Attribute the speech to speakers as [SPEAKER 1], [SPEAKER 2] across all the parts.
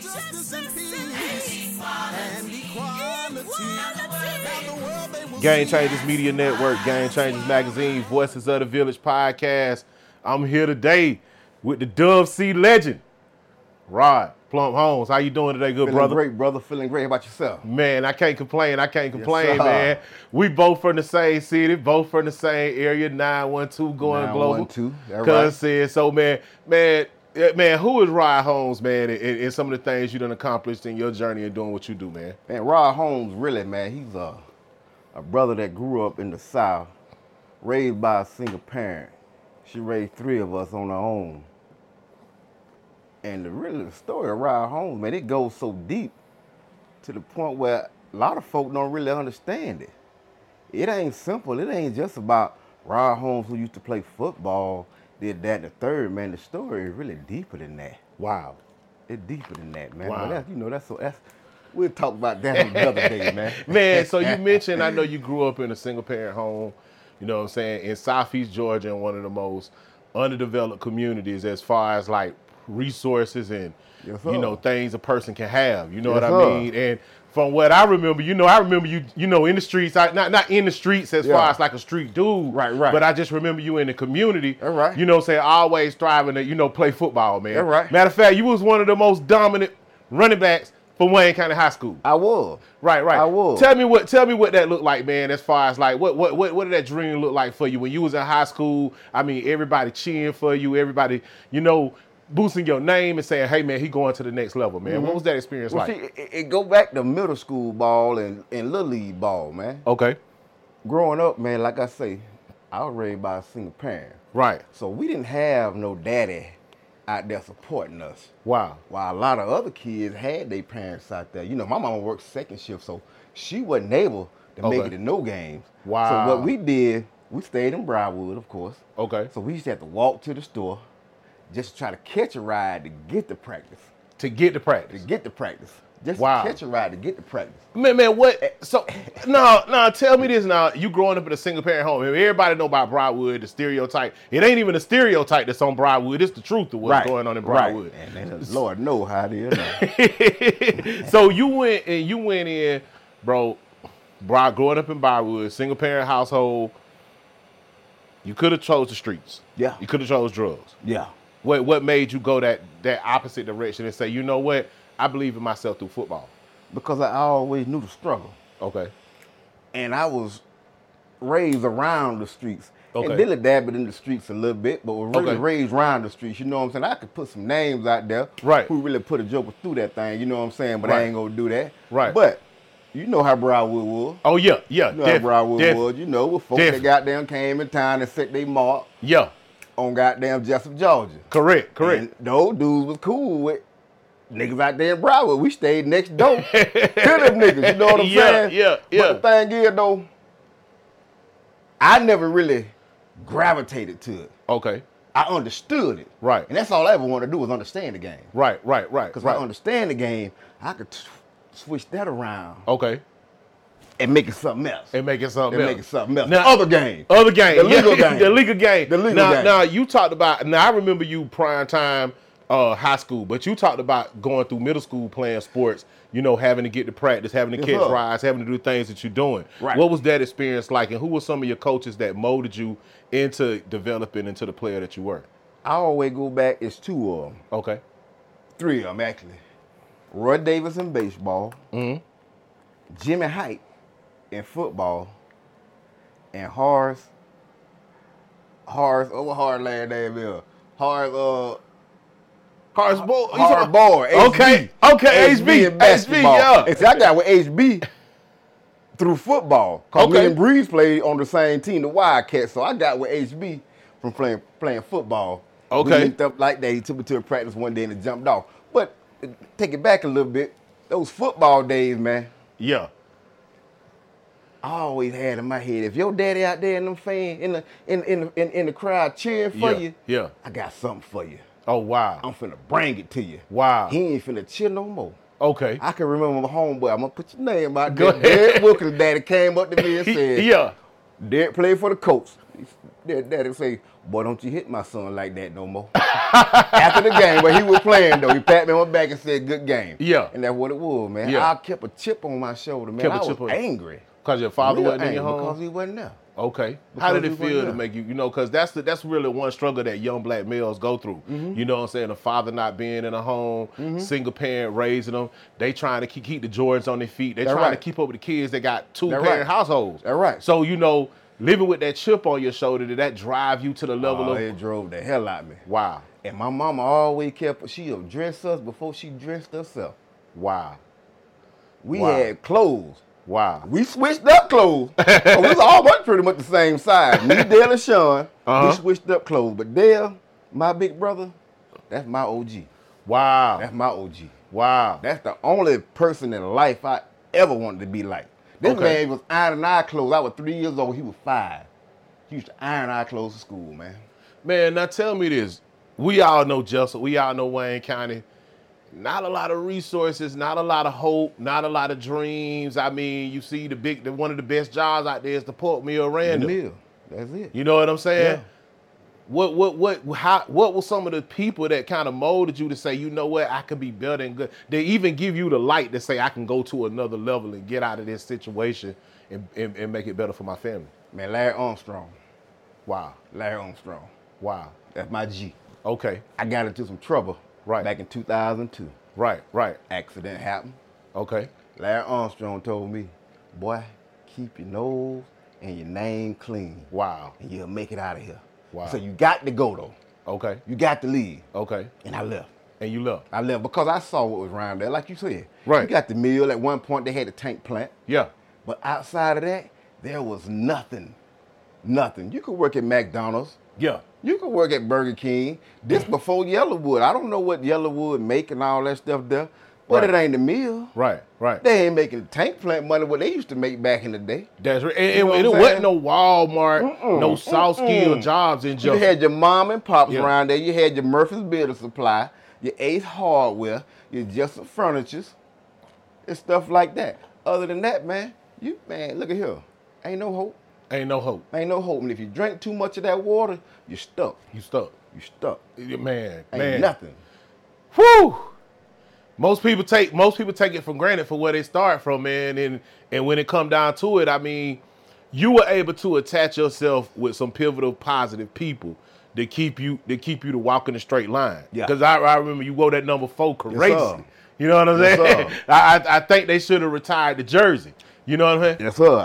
[SPEAKER 1] justice and peace and equality. Now the world they will
[SPEAKER 2] Game
[SPEAKER 1] see
[SPEAKER 2] Changers Media Network, Game Changers Magazine, Voices of the Village podcast. I'm here today with the Dove C legend, Rod Plump Holmes. How you doing today, good
[SPEAKER 3] Feeling
[SPEAKER 2] brother?
[SPEAKER 3] great, brother. Feeling great How about yourself.
[SPEAKER 2] Man, I can't complain. I can't complain,
[SPEAKER 3] sir.
[SPEAKER 2] man. We both from the same city, both from the same area, 912 going global.
[SPEAKER 3] 912, that right.
[SPEAKER 2] Cuz said, so man, man, eh, man, who is Rod Holmes, man, and, and some of the things you done accomplished in your journey and doing what you do, man?
[SPEAKER 3] Man, Rod Holmes, really, man, he's a, a brother that grew up in the South, raised by a single parent. She raised three of us on her own. And the really the story of Rod Holmes, man, it goes so deep to the point where a lot of folk don't really understand it. It ain't simple. It ain't just about Rod Holmes who used to play football, did that, and the third, man. The story is really deeper than that.
[SPEAKER 2] Wow.
[SPEAKER 3] It's deeper than that, man.
[SPEAKER 2] Wow.
[SPEAKER 3] But that's, you know, that's so that's we'll talk about that another day, man.
[SPEAKER 2] Man, so you mentioned I know you grew up in a single parent home, you know what I'm saying, in Southeast Georgia in one of the most underdeveloped communities as far as like resources and
[SPEAKER 3] Yes,
[SPEAKER 2] you
[SPEAKER 3] sir.
[SPEAKER 2] know things a person can have. You know
[SPEAKER 3] Yes,
[SPEAKER 2] what I
[SPEAKER 3] sir.
[SPEAKER 2] mean? And from what I remember, you know, I remember you, you know, in the streets, I, not not in the streets as
[SPEAKER 3] Yeah.
[SPEAKER 2] far as like a street dude.
[SPEAKER 3] Right, right.
[SPEAKER 2] But I just remember you in the community.
[SPEAKER 3] All right.
[SPEAKER 2] You know what I'm saying? Always striving to, you know, play football, man.
[SPEAKER 3] All right.
[SPEAKER 2] Matter of fact, you was one of the most dominant running backs for Wayne County High School.
[SPEAKER 3] I was.
[SPEAKER 2] Right, right.
[SPEAKER 3] I was.
[SPEAKER 2] Tell me what tell me what that looked like, man, as far as like what what what, what did that dream look like for you when you was in high school? I mean, everybody cheering for you, everybody, you know, boosting your name and saying, Hey man, he going to the next level, man. What was that experience
[SPEAKER 3] Mm-hmm. Well,
[SPEAKER 2] like?
[SPEAKER 3] see, it, it go back to middle school ball and, and little league ball, man.
[SPEAKER 2] okay.
[SPEAKER 3] Growing up, man, like I say, I was raised by a single parent,
[SPEAKER 2] Right.
[SPEAKER 3] so we didn't have no daddy out there supporting us.
[SPEAKER 2] Wow.
[SPEAKER 3] While a lot of other kids had their parents out there. You know, my mama worked second shift, so she wasn't able to make
[SPEAKER 2] Okay.
[SPEAKER 3] it to no games.
[SPEAKER 2] Wow.
[SPEAKER 3] So what we did, we stayed in Briarwood, of course.
[SPEAKER 2] Okay.
[SPEAKER 3] So we used to have to walk to the store just to try to catch a ride to get to practice.
[SPEAKER 2] to get to
[SPEAKER 3] To
[SPEAKER 2] practice.
[SPEAKER 3] get to practice. Just
[SPEAKER 2] Wow.
[SPEAKER 3] to catch a ride to get to practice.
[SPEAKER 2] Man, man,
[SPEAKER 3] Eh.
[SPEAKER 2] what? So, no, no. Tell me this now. You growing up in a single parent home. Everybody know about Broadwood, the stereotype. It ain't even a stereotype that's on Broadwood. It's the truth of what's going on in Broadwood.
[SPEAKER 3] Right. And then the Lord know how it is. now.
[SPEAKER 2] so you went and you went in, bro. Bro, growing up in Bywood, single parent household, you could have chose the streets.
[SPEAKER 3] Yeah.
[SPEAKER 2] You could have chose drugs.
[SPEAKER 3] yeah.
[SPEAKER 2] What what made you go that that opposite direction and say, you know what? I believe in myself through football.
[SPEAKER 3] Because I always knew the struggle.
[SPEAKER 2] Okay.
[SPEAKER 3] And I was raised around the streets.
[SPEAKER 2] Okay.
[SPEAKER 3] And dilly dabbing in the streets a little bit, but was really
[SPEAKER 2] Okay.
[SPEAKER 3] raised around the streets. You know what I'm saying? I could put some names out there
[SPEAKER 2] Right.
[SPEAKER 3] who really put a joker through that thing. You know what I'm saying? But
[SPEAKER 2] Right.
[SPEAKER 3] I ain't gonna do that.
[SPEAKER 2] Right.
[SPEAKER 3] But you know how Broadwood was.
[SPEAKER 2] Oh yeah, yeah.
[SPEAKER 3] You know
[SPEAKER 2] def-
[SPEAKER 3] how Broadwood
[SPEAKER 2] def-
[SPEAKER 3] was. You know, with folks
[SPEAKER 2] Def-
[SPEAKER 3] that goddamn came in town and set their mark
[SPEAKER 2] Yeah.
[SPEAKER 3] on goddamn Jessup, Georgia.
[SPEAKER 2] Correct. Correct.
[SPEAKER 3] And those dudes was cool with niggas out there in Broward. We stayed next door to them niggas. You know what I'm
[SPEAKER 2] Yeah,
[SPEAKER 3] saying?
[SPEAKER 2] yeah, yeah.
[SPEAKER 3] But the thing is, though, I never really gravitated to it.
[SPEAKER 2] okay.
[SPEAKER 3] I understood it.
[SPEAKER 2] Right.
[SPEAKER 3] And that's all I ever wanted to do was understand the game.
[SPEAKER 2] Right. Right. Right.
[SPEAKER 3] Because
[SPEAKER 2] right.
[SPEAKER 3] I understand the game, I could t- switch that around
[SPEAKER 2] okay.
[SPEAKER 3] and make it something else.
[SPEAKER 2] Oh. And making something.
[SPEAKER 3] and
[SPEAKER 2] else.
[SPEAKER 3] make it something else.
[SPEAKER 2] Now-
[SPEAKER 3] Other game.
[SPEAKER 2] Other game.
[SPEAKER 3] The legal
[SPEAKER 2] Yeah,
[SPEAKER 3] game.
[SPEAKER 2] the legal game.
[SPEAKER 3] The legal
[SPEAKER 2] now,
[SPEAKER 3] game.
[SPEAKER 2] Now you talked about. Now I remember you prime time uh, high school, but you talked about going through middle school playing sports. You know, having to get to practice, having to
[SPEAKER 3] Yes,
[SPEAKER 2] catch
[SPEAKER 3] sir.
[SPEAKER 2] rides, having to do things that you're doing.
[SPEAKER 3] Right.
[SPEAKER 2] What was that experience like, and who were some of your coaches that molded you into developing into the player that you were?
[SPEAKER 3] I always go back, it's two of them.
[SPEAKER 2] Okay.
[SPEAKER 3] three of them actually. Roy Davis in baseball, Jimmy Height in football, and Horace, Horace, oh, what Horace last name is? Horace, uh,
[SPEAKER 2] Horace Bo- you
[SPEAKER 3] Horace
[SPEAKER 2] talking-
[SPEAKER 3] Boyd.
[SPEAKER 2] Okay. Okay. HB.
[SPEAKER 3] in
[SPEAKER 2] HB.
[SPEAKER 3] basketball.
[SPEAKER 2] Yeah.
[SPEAKER 3] And see, I got with HB through football. Cause
[SPEAKER 2] Okay.
[SPEAKER 3] me and Breeze played on the same team, the Wildcats. So I got with HB from playing playing football.
[SPEAKER 2] Okay.
[SPEAKER 3] We linked up like that. He took me to a practice one day and it jumped off. But uh, take it back a little bit. Those football days, man,
[SPEAKER 2] Yeah.
[SPEAKER 3] I always had in my head. If your daddy out there in them fan in the in in the- in, in the crowd cheering for
[SPEAKER 2] Yeah,
[SPEAKER 3] you,
[SPEAKER 2] yeah.
[SPEAKER 3] I got something for you.
[SPEAKER 2] Oh wow.
[SPEAKER 3] I'm finna bring it to you.
[SPEAKER 2] Wow.
[SPEAKER 3] Um, He ain't finna chill no more.
[SPEAKER 2] Okay.
[SPEAKER 3] I can remember my homeboy. I'm gonna put your name out
[SPEAKER 2] Go
[SPEAKER 3] there.
[SPEAKER 2] ahead.
[SPEAKER 3] Derek Wilkins' daddy came up to me and said,
[SPEAKER 2] yeah.
[SPEAKER 3] Derek played for the Colts." He s- Dad- Daddy say, Boy, don't you hit my son like that no more. After the game where he was playing though, he pat me on the back and said, "Good game."
[SPEAKER 2] Yeah.
[SPEAKER 3] and that's what it was, man.
[SPEAKER 2] Yeah.
[SPEAKER 3] I kept a chip on my shoulder, man.
[SPEAKER 2] Kept a
[SPEAKER 3] I
[SPEAKER 2] chip
[SPEAKER 3] was
[SPEAKER 2] on-
[SPEAKER 3] angry.
[SPEAKER 2] Because your father
[SPEAKER 3] Real
[SPEAKER 2] wasn't in your
[SPEAKER 3] angry
[SPEAKER 2] home?
[SPEAKER 3] because he wasn't there.
[SPEAKER 2] Okay. How did it
[SPEAKER 3] Because we
[SPEAKER 2] feel
[SPEAKER 3] wasn't
[SPEAKER 2] to
[SPEAKER 3] there.
[SPEAKER 2] make you, you know, because that's the that's really one struggle that young black males go through.
[SPEAKER 3] Mm-hmm.
[SPEAKER 2] You know what I'm saying? A father not being in a home, single parent raising them. They trying to keep, keep the Jordans on their feet. They
[SPEAKER 3] That
[SPEAKER 2] trying to
[SPEAKER 3] right.
[SPEAKER 2] keep up with the kids that got two
[SPEAKER 3] That
[SPEAKER 2] parent
[SPEAKER 3] right.
[SPEAKER 2] households.
[SPEAKER 3] That right.
[SPEAKER 2] So you know, living with that chip on your shoulder, did that drive you to the level
[SPEAKER 3] Oh,
[SPEAKER 2] of
[SPEAKER 3] it drove the hell out of me.
[SPEAKER 2] wow,
[SPEAKER 3] And my mama always kept she dressed us before she dressed herself.
[SPEAKER 2] wow,
[SPEAKER 3] We
[SPEAKER 2] Wow.
[SPEAKER 3] had clothes.
[SPEAKER 2] wow.
[SPEAKER 3] We switched up clothes. so we was almost pretty much the same size. Me, Dale, and Sean,
[SPEAKER 2] Uh-huh.
[SPEAKER 3] we switched up clothes. But Dale, my big brother, that's my OG.
[SPEAKER 2] Wow.
[SPEAKER 3] That's my OG.
[SPEAKER 2] Wow.
[SPEAKER 3] That's the only person in life I ever wanted to be like. This
[SPEAKER 2] Okay.
[SPEAKER 3] man was ironing our clothes. I was three years old. He was five. He used to iron our clothes to school, man.
[SPEAKER 2] Man, now tell me this. We all know Jessup. We all know Wayne County. Not a lot of resources, not a lot of hope, not a lot of dreams. I mean, you see the big, the, one of the best jobs out there is the pork mill
[SPEAKER 3] The
[SPEAKER 2] random.
[SPEAKER 3] meal. That's it.
[SPEAKER 2] You know what I'm saying?
[SPEAKER 3] Yeah.
[SPEAKER 2] What what what how what were some of the people that kind of molded you to say, you know what, I could be better and good? They even give you the light to say I can go to another level and get out of this situation and, and, and make it better for my family.
[SPEAKER 3] Man, Larry Armstrong.
[SPEAKER 2] Wow.
[SPEAKER 3] Larry Armstrong.
[SPEAKER 2] Wow.
[SPEAKER 3] That's my G.
[SPEAKER 2] Okay.
[SPEAKER 3] I got into some trouble
[SPEAKER 2] Right.
[SPEAKER 3] back in 2002.
[SPEAKER 2] Right, right.
[SPEAKER 3] Accident happened.
[SPEAKER 2] Okay.
[SPEAKER 3] Larry Armstrong told me, boy, keep your nose and your name clean
[SPEAKER 2] Wow.
[SPEAKER 3] and you'll make it out of here.
[SPEAKER 2] Wow.
[SPEAKER 3] So you got to go though.
[SPEAKER 2] Okay.
[SPEAKER 3] You got to leave. Oh,
[SPEAKER 2] Okay.
[SPEAKER 3] And I left.
[SPEAKER 2] And you left.
[SPEAKER 3] I left because I saw what was around there. Like you said,
[SPEAKER 2] Right.
[SPEAKER 3] you got the mill. At one point, they had the tank plant.
[SPEAKER 2] Yeah.
[SPEAKER 3] But outside of that, there was nothing. Nothing. You could work at McDonald's.
[SPEAKER 2] Yeah.
[SPEAKER 3] You could work at Burger King. This before Yellowwood. I don't know what Yellowwood make and all that stuff there, but it
[SPEAKER 2] Right.
[SPEAKER 3] ain't the mill.
[SPEAKER 2] Right. Right.
[SPEAKER 3] They ain't making tank plant money what they used to make back in the day.
[SPEAKER 2] That's right. And,
[SPEAKER 3] know
[SPEAKER 2] and
[SPEAKER 3] what
[SPEAKER 2] it
[SPEAKER 3] I'm
[SPEAKER 2] wasn't
[SPEAKER 3] saying?
[SPEAKER 2] no Walmart, no South Skill jobs in
[SPEAKER 3] You
[SPEAKER 2] Jefferson.
[SPEAKER 3] had your mom and pops
[SPEAKER 2] Yeah.
[SPEAKER 3] around there. You had your Murphy's Building Supply, your Ace Hardware, your Justin Furnitures, and stuff like that. Other than that, man, you man, look at here. Ain't no hope.
[SPEAKER 2] Ain't no hope.
[SPEAKER 3] Ain't no hope. And if you drink too much of that water, you stuck.
[SPEAKER 2] You stuck.
[SPEAKER 3] You stuck.
[SPEAKER 2] Man,
[SPEAKER 3] Ain't
[SPEAKER 2] man.
[SPEAKER 3] nothing.
[SPEAKER 2] Whew. Most people take most people take it for granted for where they start from, man. And and when it come down to it, I mean, you were able to attach yourself with some pivotal positive people to keep you to keep you to walk in a straight line.
[SPEAKER 3] Yeah.
[SPEAKER 2] Because I, I remember you wore that number four courageously.
[SPEAKER 3] sir.
[SPEAKER 2] you know what I'm
[SPEAKER 3] Yes,
[SPEAKER 2] saying?
[SPEAKER 3] sir.
[SPEAKER 2] I, I I think they should have retired the jersey. You know what I'm saying?
[SPEAKER 3] That's all.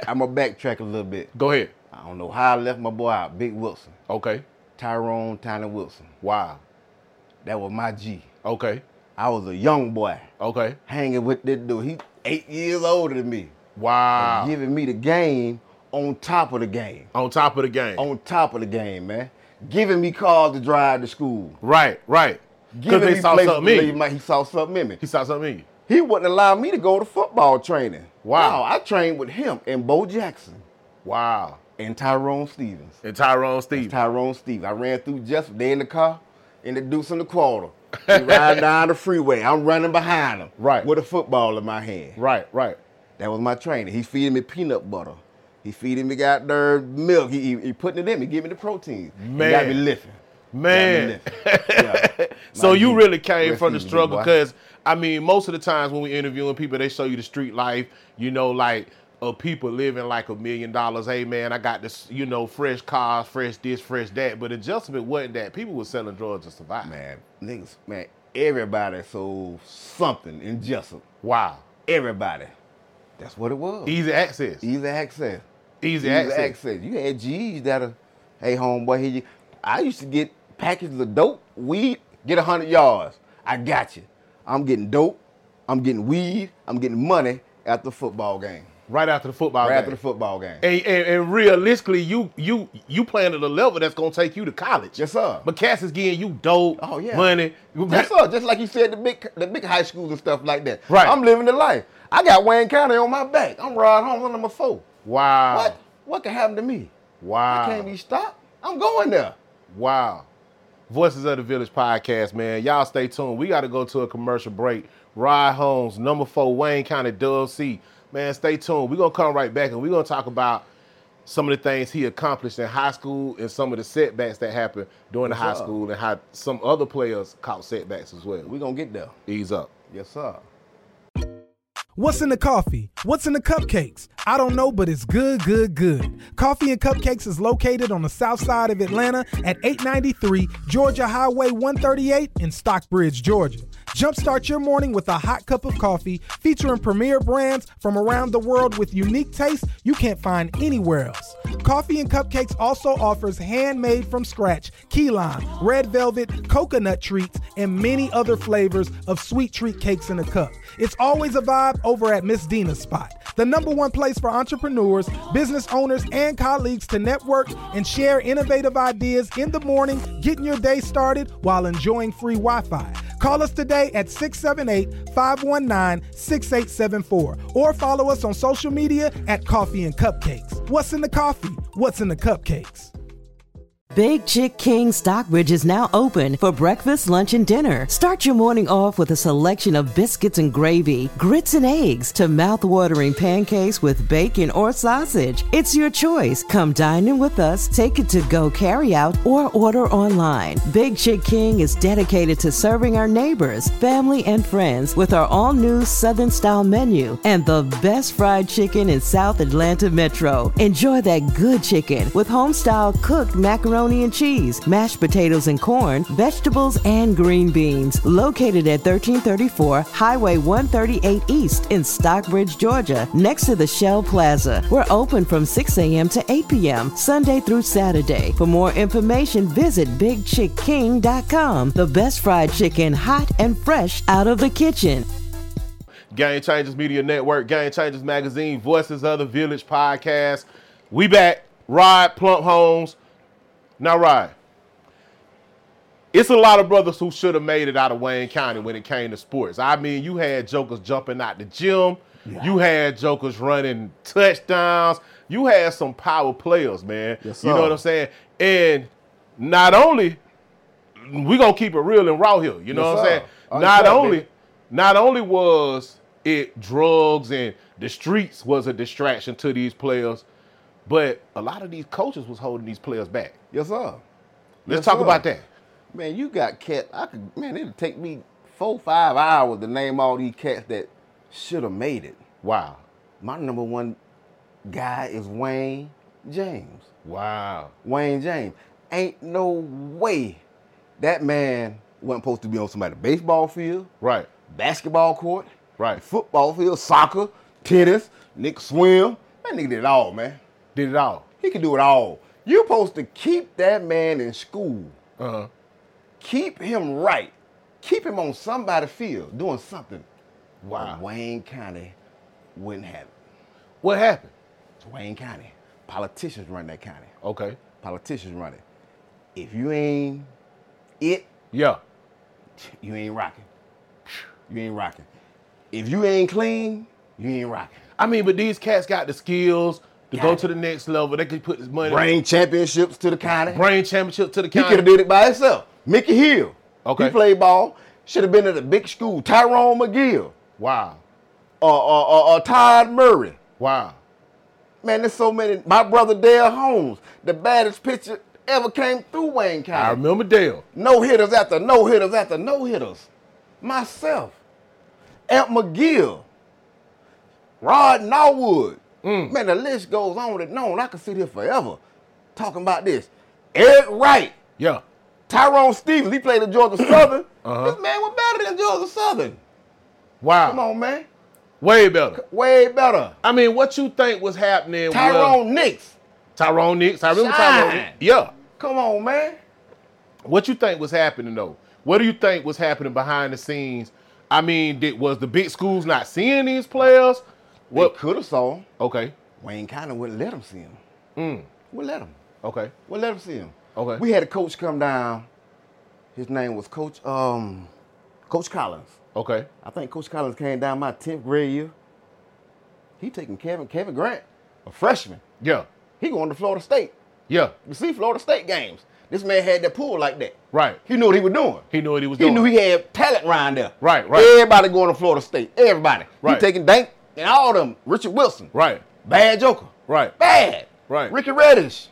[SPEAKER 3] I'm gonna backtrack a little bit.
[SPEAKER 2] Go ahead.
[SPEAKER 3] I don't know how I left my boy out, Big Wilson,
[SPEAKER 2] Okay.
[SPEAKER 3] Tyrone Tiny Wilson.
[SPEAKER 2] Wow.
[SPEAKER 3] That was my G.
[SPEAKER 2] Okay.
[SPEAKER 3] I was a young boy
[SPEAKER 2] Okay.
[SPEAKER 3] hanging with this dude. He eight years older than me.
[SPEAKER 2] Wow.
[SPEAKER 3] giving me the game on top of the game.
[SPEAKER 2] On top of the game.
[SPEAKER 3] On top of the game, man. Giving me cars to drive to school.
[SPEAKER 2] Right. Right. Because
[SPEAKER 3] Giving
[SPEAKER 2] they
[SPEAKER 3] me
[SPEAKER 2] saw
[SPEAKER 3] places
[SPEAKER 2] something
[SPEAKER 3] to
[SPEAKER 2] in
[SPEAKER 3] live,
[SPEAKER 2] you.
[SPEAKER 3] man. He saw something in me.
[SPEAKER 2] He saw something in you.
[SPEAKER 3] He wouldn't allow me to go to football training.
[SPEAKER 2] Wow.
[SPEAKER 3] No, I trained with him and Bo Jackson
[SPEAKER 2] Wow.
[SPEAKER 3] and Tyrone Stevens.
[SPEAKER 2] And Tyrone Stevens.
[SPEAKER 3] Tyrone Stevens. I ran through just they in the car, in the deuce in the quarter. We ride down the freeway. I'm running behind him.
[SPEAKER 2] Right.
[SPEAKER 3] With a football in my hand.
[SPEAKER 2] right, right.
[SPEAKER 3] That was my training. He feeding me peanut butter. He feeding me goddamn milk. He, he, he putting it in me, giving me the protein. He got
[SPEAKER 2] Man.
[SPEAKER 3] me lifting.
[SPEAKER 2] Man.
[SPEAKER 3] Got me lifting. Yeah.
[SPEAKER 2] so
[SPEAKER 3] My
[SPEAKER 2] you
[SPEAKER 3] G.
[SPEAKER 2] really came
[SPEAKER 3] Rest
[SPEAKER 2] from the
[SPEAKER 3] easy, big
[SPEAKER 2] struggle
[SPEAKER 3] boy.
[SPEAKER 2] because I mean most of the times when we interviewing people they show you the street life, you know, like of people living like a million dollars. Hey man, I got this, you know, fresh cars, fresh this, fresh that. But adjustment wasn't that. People were selling drugs to survive.
[SPEAKER 3] Man, niggas, man, everybody sold something in Jessup.
[SPEAKER 2] Wow.
[SPEAKER 3] Everybody. That's what it was.
[SPEAKER 2] Easy access. Easy,
[SPEAKER 3] Easy access.
[SPEAKER 2] access.
[SPEAKER 3] You had G's that'll, hey homeboy, here you. I used to get packages of dope, weed, get hundred yards. I got you. I'm getting dope. I'm getting weed. I'm getting money after the football game.
[SPEAKER 2] Right after the football
[SPEAKER 3] Right
[SPEAKER 2] game.
[SPEAKER 3] after the football game.
[SPEAKER 2] and, and, and realistically, you you you playing at a level that's gonna take you to college.
[SPEAKER 3] Yes, sir.
[SPEAKER 2] But Cass is getting you dope,
[SPEAKER 3] Oh, yeah.
[SPEAKER 2] money.
[SPEAKER 3] That's all. Just like you said, the big, the big high schools and stuff like that.
[SPEAKER 2] Right.
[SPEAKER 3] I'm living the life. I got Wayne County on my back. I'm Rod Holmes, I'm number four.
[SPEAKER 2] Wow.
[SPEAKER 3] What? What can happen to me?
[SPEAKER 2] Wow.
[SPEAKER 3] I can't be stopped. I'm going there.
[SPEAKER 2] Wow. Voices of the Village podcast, man. Y'all stay tuned. We got to go to a commercial break. Ride Homes, number four, Wayne County, Dove C. Man, stay tuned. We're going to come right back and we're going to talk about some of the things he accomplished in high school and some of the setbacks that happened during the
[SPEAKER 3] Yes,
[SPEAKER 2] high
[SPEAKER 3] sir.
[SPEAKER 2] school and how some other players caught setbacks as well.
[SPEAKER 3] We gonna get there.
[SPEAKER 2] Ease up.
[SPEAKER 3] Yes, sir.
[SPEAKER 4] What's in the coffee? What's in the cupcakes? I don't know, but it's good, good, good. Coffee and Cupcakes is located on the south side of Atlanta at 893 Georgia Highway 138 in Stockbridge, Georgia. Jumpstart your morning with a hot cup of coffee featuring premier brands from around the world with unique tastes you can't find anywhere else. Coffee and Cupcakes also offers handmade from scratch key lime, red velvet, coconut treats, and many other flavors of sweet treat cakes in a cup. It's always a vibe over at Miss Dina's spot, the number one place for entrepreneurs, business owners, and colleagues to network and share innovative ideas in the morning, getting your day started while enjoying free Wi Fi. Call us today at 678 519 6874 or follow us on social media at Coffee and Cupcakes. What's in the coffee? What's in the cupcakes?
[SPEAKER 5] Big Chick King Stockbridge is now open for breakfast, lunch, and dinner. Start your morning off with a selection of biscuits and gravy, grits and eggs, to mouth-watering pancakes with bacon or sausage. It's your choice. Come dine in with us, take it to go carry out, or order online. Big Chick King is dedicated to serving our neighbors, family, and friends with our all-new Southern-style menu and the best fried chicken in South Atlanta Metro. Enjoy that good chicken with homestyle cooked macaroni and cheese, mashed potatoes and corn, vegetables and green beans. Located at 1334 Highway 138 East in Stockbridge, Georgia, next to the Shell Plaza. We're open from 6 a.m. to 8 p.m. Sunday through Saturday. For more information, visit BigChickKing.com. The best fried chicken, hot and fresh out of the kitchen.
[SPEAKER 2] Game Changers Media Network, Game Changers Magazine, Voices of the Village podcast. We back. Rod Plump Holmes. Now, Rod, it's a lot of brothers who should have made it out of Wayne County when it came to sports. I mean, you had jokers jumping out the gym. You had jokers running touchdowns. You had some power players, man.
[SPEAKER 3] Yes,
[SPEAKER 2] you know
[SPEAKER 3] sir.
[SPEAKER 2] what I'm saying? And not only we gonna keep it real and raw here. You know
[SPEAKER 3] Yes,
[SPEAKER 2] what I'm
[SPEAKER 3] sir.
[SPEAKER 2] saying?
[SPEAKER 3] Oh,
[SPEAKER 2] not
[SPEAKER 3] yeah,
[SPEAKER 2] only,
[SPEAKER 3] baby.
[SPEAKER 2] not only was it drugs and the streets was a distraction to these players, but a lot of these coaches was holding these players back.
[SPEAKER 3] Yes, sir.
[SPEAKER 2] Let's
[SPEAKER 3] Yes,
[SPEAKER 2] talk
[SPEAKER 3] sir.
[SPEAKER 2] about that.
[SPEAKER 3] Man, you got cats. I could. Man, it'd take me four, five hours to name all these cats that should have made it.
[SPEAKER 2] Wow,
[SPEAKER 3] My number one guy is Wayne James.
[SPEAKER 2] wow.
[SPEAKER 3] Wayne James. Ain't no way that man wasn't supposed to be on somebody's baseball field,
[SPEAKER 2] Right,
[SPEAKER 3] basketball court,
[SPEAKER 2] Right.
[SPEAKER 3] football field, soccer, tennis, nigga swim. That nigga did it all, man.
[SPEAKER 2] did it all.
[SPEAKER 3] He can do it all. you supposed to keep that man in school.
[SPEAKER 2] Uh huh.
[SPEAKER 3] Keep him right. Keep him on somebody's field doing something.
[SPEAKER 2] Wow.
[SPEAKER 3] Wayne County wouldn't have it.
[SPEAKER 2] What happened?
[SPEAKER 3] It's Wayne County. Politicians run that county.
[SPEAKER 2] Okay.
[SPEAKER 3] Politicians run it. If you ain't it,
[SPEAKER 2] Yeah.
[SPEAKER 3] you ain't rocking. You ain't rocking. If you ain't clean, you ain't rocking.
[SPEAKER 2] I mean, but these cats got the skills to
[SPEAKER 3] Got
[SPEAKER 2] go
[SPEAKER 3] it.
[SPEAKER 2] to the next level. They could put this money,
[SPEAKER 3] Bring championships to the county.
[SPEAKER 2] brain championship to the
[SPEAKER 3] He could
[SPEAKER 2] county.
[SPEAKER 3] have did it by himself. Mickey Hill.
[SPEAKER 2] Okay.
[SPEAKER 3] He played ball. Should have been at a big school. Tyrone McGill. Uh,
[SPEAKER 2] Wow,
[SPEAKER 3] Or or- or- or Todd Murray.
[SPEAKER 2] wow.
[SPEAKER 3] Man, there's so many. My brother Dale Holmes, the baddest pitcher ever came through Wayne
[SPEAKER 2] I
[SPEAKER 3] County.
[SPEAKER 2] remember Dale.
[SPEAKER 3] No hitters after no hitters after no hitters. Myself, Amp McGill, Rod Norwood.
[SPEAKER 2] Mm.
[SPEAKER 3] Man, the list goes on and on. I could sit here forever talking about this. Eric Wright,
[SPEAKER 2] Yeah.
[SPEAKER 3] Tyrone Stevens, he played at Georgia Southern.
[SPEAKER 2] Uh-huh.
[SPEAKER 3] This man was better than Georgia Southern.
[SPEAKER 2] Wow.
[SPEAKER 3] Come on, man.
[SPEAKER 2] Way better.
[SPEAKER 3] Way better.
[SPEAKER 2] I mean, what you think was happening?
[SPEAKER 3] Tyrone
[SPEAKER 2] was-
[SPEAKER 3] Nix.
[SPEAKER 2] Tyrone Nix. I remember
[SPEAKER 3] Shine.
[SPEAKER 2] Tyrone. Nix. Yeah.
[SPEAKER 3] Come on, man.
[SPEAKER 2] What you think was happening though? What do you think was happening behind the scenes? I mean, did, was the big schools not seeing these players? What?
[SPEAKER 3] What could have saw him.
[SPEAKER 2] Okay.
[SPEAKER 3] Wayne County wouldn't let him see him. Wouldn't let him.
[SPEAKER 2] Okay.
[SPEAKER 3] Well, let him see him.
[SPEAKER 2] Hmm. Okay.
[SPEAKER 3] We had a coach come down. His name was Coach um, Coach Collins.
[SPEAKER 2] Okay.
[SPEAKER 3] I think Coach Collins came down my 10th grade year. He taking Kevin Kevin Grant, a freshman.
[SPEAKER 2] Yeah.
[SPEAKER 3] He going to Florida State.
[SPEAKER 2] Yeah.
[SPEAKER 3] You see Florida State games. This man had that pool like that.
[SPEAKER 2] Right.
[SPEAKER 3] He knew what he was doing.
[SPEAKER 2] He knew what he was
[SPEAKER 3] He
[SPEAKER 2] doing.
[SPEAKER 3] knew he had talent around there.
[SPEAKER 2] Right, right.
[SPEAKER 3] Everybody going to Florida State. Everybody.
[SPEAKER 2] Right.
[SPEAKER 3] He taking Dank and all them. Richard Wilson.
[SPEAKER 2] Right.
[SPEAKER 3] Bad joker.
[SPEAKER 2] Right.
[SPEAKER 3] Bad.
[SPEAKER 2] Right.
[SPEAKER 3] Ricky Reddish,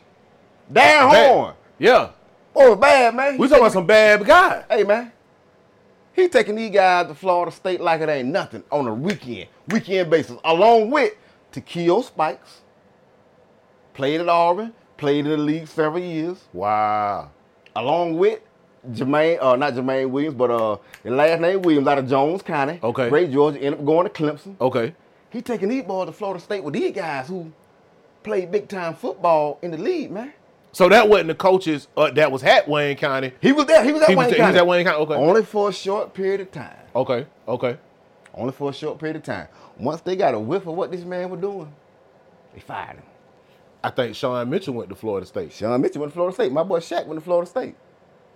[SPEAKER 3] Dan
[SPEAKER 2] Bad.
[SPEAKER 3] Horn.
[SPEAKER 2] Yeah.
[SPEAKER 3] Oh, bad man.
[SPEAKER 2] We talking about some bad guys.
[SPEAKER 3] Hey man, he taking these guys to Florida State like it ain't nothing on a weekend, weekend basis, along with Tequil Spikes. Played at Auburn, played in the league several years,
[SPEAKER 2] Wow.
[SPEAKER 3] along with Jermaine, uh, not Jermaine Williams, but uh, the last name Williams out of Jones County.
[SPEAKER 2] Okay.
[SPEAKER 3] Great Georgia, ended up going to Clemson.
[SPEAKER 2] Okay.
[SPEAKER 3] He taking these boys to Florida State with these guys who played big time football in the league, man.
[SPEAKER 2] So that wasn't the coaches uh, that was at Wayne County.
[SPEAKER 3] He was there. He was at
[SPEAKER 2] He was
[SPEAKER 3] Wayne
[SPEAKER 2] at- he
[SPEAKER 3] County.
[SPEAKER 2] was at Wayne County, okay.
[SPEAKER 3] Only for a short period of time.
[SPEAKER 2] Okay. Okay.
[SPEAKER 3] Only for a short period of time. Once they got a whiff of what this man was doing, they fired him.
[SPEAKER 2] I think Sean Mitchell went to Florida State
[SPEAKER 3] Sean Mitchell went to Florida State. My boy Shaq went to Florida State.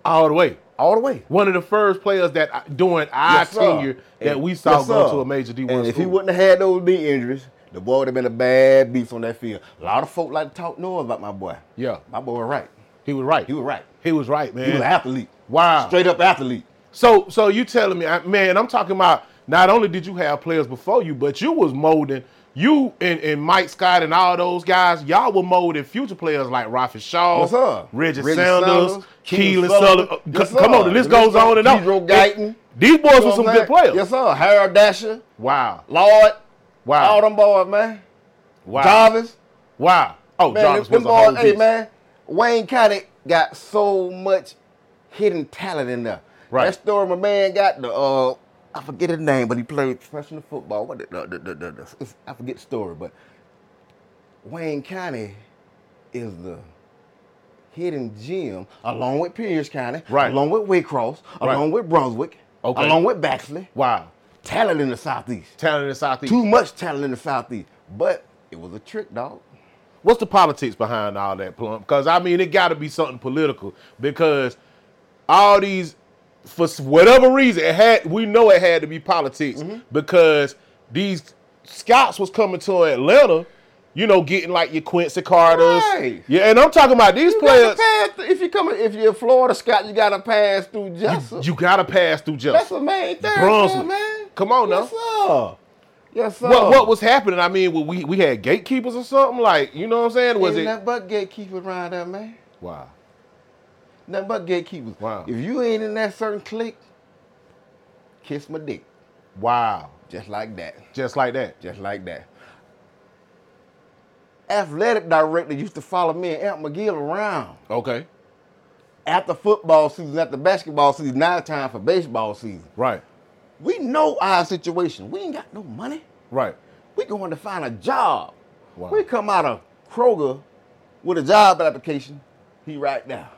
[SPEAKER 2] all the way.
[SPEAKER 3] All the way.
[SPEAKER 2] One of the first players that I- during our
[SPEAKER 3] Yes, sir.
[SPEAKER 2] tenure that
[SPEAKER 3] And-
[SPEAKER 2] we saw
[SPEAKER 3] yes,
[SPEAKER 2] go
[SPEAKER 3] sir.
[SPEAKER 2] to a major D1
[SPEAKER 3] And
[SPEAKER 2] school.
[SPEAKER 3] if he wouldn't have had those knee injuries, the boy would have been a bad beast on that field. A lot of folk like to talk noise about my boy.
[SPEAKER 2] Yeah.
[SPEAKER 3] My boy was right.
[SPEAKER 2] he was right.
[SPEAKER 3] He was right.
[SPEAKER 2] He was right, man.
[SPEAKER 3] He was an athlete.
[SPEAKER 2] Wow.
[SPEAKER 3] Straight up athlete.
[SPEAKER 2] So, so you telling me, I- man? I'm talking about. Not only did you have players before you, but you was molding you and, and Mike Scott and all those guys. Y'all were molding future players like Rafi Shaw,
[SPEAKER 3] Yes, sir.
[SPEAKER 2] Oh, Reggie,
[SPEAKER 3] Reggie
[SPEAKER 2] Sanders,
[SPEAKER 3] Sanders,
[SPEAKER 2] Keelan Sullivan.
[SPEAKER 3] Keelan Sullivan. Yes,
[SPEAKER 2] C- Come
[SPEAKER 3] sir.
[SPEAKER 2] on, the list
[SPEAKER 3] The
[SPEAKER 2] goes
[SPEAKER 3] list goes-
[SPEAKER 2] on and on.
[SPEAKER 3] Pedro Guyton.
[SPEAKER 2] These boys were some
[SPEAKER 3] what I'm
[SPEAKER 2] good
[SPEAKER 3] saying?
[SPEAKER 2] players.
[SPEAKER 3] Yes, sir. Harold Dasher,
[SPEAKER 2] Wow.
[SPEAKER 3] Lord,
[SPEAKER 2] Wow.
[SPEAKER 3] all them boys, man.
[SPEAKER 2] Wow.
[SPEAKER 3] Jarvis.
[SPEAKER 2] Wow. Oh,
[SPEAKER 3] Man,
[SPEAKER 2] Jarvis
[SPEAKER 3] them
[SPEAKER 2] was a whole
[SPEAKER 3] boys, hey
[SPEAKER 2] beast.
[SPEAKER 3] man, Wayne County got so much hidden talent in there.
[SPEAKER 2] Right.
[SPEAKER 3] That story my man got the uh I forget his name, but he played professional football. What the, the, the, the, the, it's- I forget the story, but Wayne County is the hidden gem along with Pierce County,
[SPEAKER 2] Right.
[SPEAKER 3] along with Waycross,
[SPEAKER 2] Right.
[SPEAKER 3] along with Brunswick,
[SPEAKER 2] Okay.
[SPEAKER 3] along with Baxley.
[SPEAKER 2] Wow.
[SPEAKER 3] Talent in the southeast.
[SPEAKER 2] Talent in the Southeast.
[SPEAKER 3] Too much talent in the southeast, but it was a trick, dog.
[SPEAKER 2] What's the politics behind all that, Plum? Because I mean, it got to be something political. Because all these, for s- whatever reason, it had we know it had to be politics
[SPEAKER 3] Mm-hmm.
[SPEAKER 2] because these scouts was coming to Atlanta, you know, getting like your Quincy Carters,
[SPEAKER 3] Right.
[SPEAKER 2] yeah. And I'm talking about these
[SPEAKER 3] You gotta
[SPEAKER 2] players.
[SPEAKER 3] pass through- if you come, if you're a Florida scout, you gotta pass through Jessup.
[SPEAKER 2] You gotta pass through
[SPEAKER 3] That's
[SPEAKER 2] just
[SPEAKER 3] the main thing,
[SPEAKER 2] Brunswick.
[SPEAKER 3] man.
[SPEAKER 2] Come on now.
[SPEAKER 3] yes, sir. Yes, sir.
[SPEAKER 2] What, what was happening? I mean, were we we had gatekeepers or something like you know what I'm saying? Was
[SPEAKER 3] Ain't
[SPEAKER 2] it
[SPEAKER 3] nothing but gatekeepers around there, man?
[SPEAKER 2] wow?
[SPEAKER 3] Nothing but gatekeepers.
[SPEAKER 2] Wow.
[SPEAKER 3] If you ain't in that certain clique, kiss my dick,
[SPEAKER 2] Wow,
[SPEAKER 3] just like that,
[SPEAKER 2] just like that.
[SPEAKER 3] just like that. Athletic director used to follow me and Aunt McGill around
[SPEAKER 2] Okay,
[SPEAKER 3] after football season, after basketball season. Now it's time for baseball season.
[SPEAKER 2] right,
[SPEAKER 3] We know our situation. We ain't got no money.
[SPEAKER 2] right,
[SPEAKER 3] We going to find a job.
[SPEAKER 2] Wow.
[SPEAKER 3] We come out of Kroger with a job application. He right now.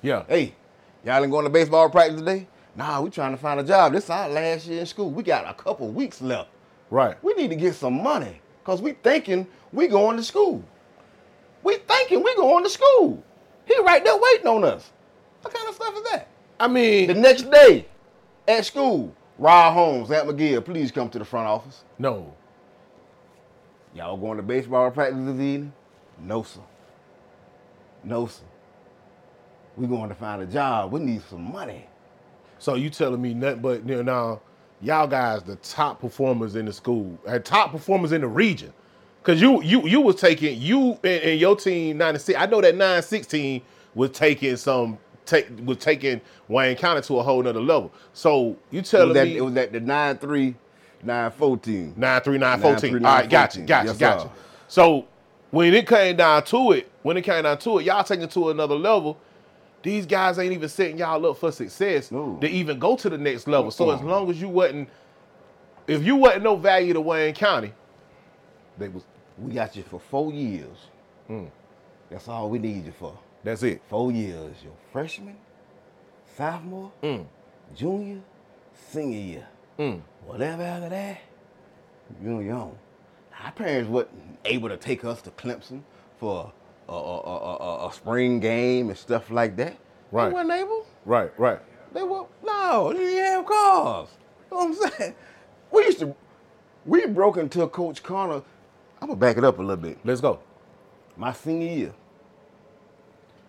[SPEAKER 2] yeah,
[SPEAKER 3] Hey, y'all ain't going to baseball practice today? Nah, we trying to find a job. This our last year in school. We got a couple weeks left.
[SPEAKER 2] right.
[SPEAKER 3] We need to get some money because we thinking we going to school. We thinking we going to school. He right there waiting on us. What kind of stuff is that?
[SPEAKER 2] I mean,
[SPEAKER 3] The next day at school, Rod Holmes, Aunt McGill, please come to the front office.
[SPEAKER 2] No.
[SPEAKER 3] Y'all going to baseball practice this evening? No, sir. No, sir. We going to find a job. We need some money.
[SPEAKER 2] So you telling me nothing but you know, y'all guys the top performers in the school, and top performers in the region. Cause you you you was taking you and, and your team 96. I know that 916 was taking some take was taking Wayne County to a whole nother level. So you
[SPEAKER 3] It
[SPEAKER 2] telling
[SPEAKER 3] was, at,
[SPEAKER 2] me
[SPEAKER 3] it was at the 9 3, 9 4 team.
[SPEAKER 2] Nine three nine fourteen. All right, gotcha,
[SPEAKER 3] 93914.
[SPEAKER 2] gotcha,
[SPEAKER 3] Yes,
[SPEAKER 2] gotcha.
[SPEAKER 3] sir.
[SPEAKER 2] So when it came down to it, when it came down to it, y'all taking it to another level. These guys ain't even setting y'all up for success
[SPEAKER 3] No.
[SPEAKER 2] to even go to the next level. So as
[SPEAKER 3] Mm-mm.
[SPEAKER 2] long as you wasn't, if you wasn't no value to Wayne County, they was.
[SPEAKER 3] We got you for four years.
[SPEAKER 2] Hmm.
[SPEAKER 3] That's all we need you for.
[SPEAKER 2] That's it.
[SPEAKER 3] Four years. Your freshman, sophomore,
[SPEAKER 2] Mm.
[SPEAKER 3] junior, senior year. Whatever after that, you on your own. Our parents wasn't able to take us to Clemson for a, a, a, a- a- a spring game and stuff like that.
[SPEAKER 2] Right.
[SPEAKER 3] They weren't able.
[SPEAKER 2] Right, right.
[SPEAKER 3] They were no, they didn't have cars. You know what I'm saying? We used to we broke into Coach Connor. I'm gonna back it up a little bit
[SPEAKER 2] Let's go.
[SPEAKER 3] my senior year.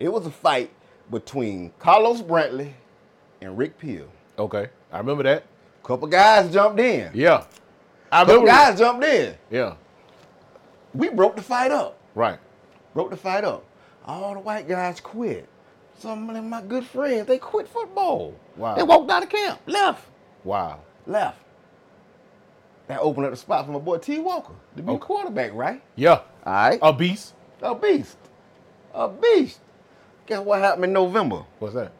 [SPEAKER 3] It was a fight between Carlos Brantley and Rick Peel.
[SPEAKER 2] Okay, I remember that.
[SPEAKER 3] Couple guys jumped in.
[SPEAKER 2] Yeah, I
[SPEAKER 3] Couple
[SPEAKER 2] remember. that.
[SPEAKER 3] guys jumped in.
[SPEAKER 2] Yeah,
[SPEAKER 3] We broke the fight up.
[SPEAKER 2] right.
[SPEAKER 3] broke the fight up. All the white guys quit. Some of them, my good friends, they quit football.
[SPEAKER 2] Wow.
[SPEAKER 3] They walked out of camp, left,
[SPEAKER 2] Wow.
[SPEAKER 3] left. That opened up the spot for my boy T. Walker to be the
[SPEAKER 2] Okay.
[SPEAKER 3] quarterback, right?
[SPEAKER 2] Yeah.
[SPEAKER 3] All right.
[SPEAKER 2] A beast.
[SPEAKER 3] A beast. A beast. Guess what happened in November?
[SPEAKER 2] What's that?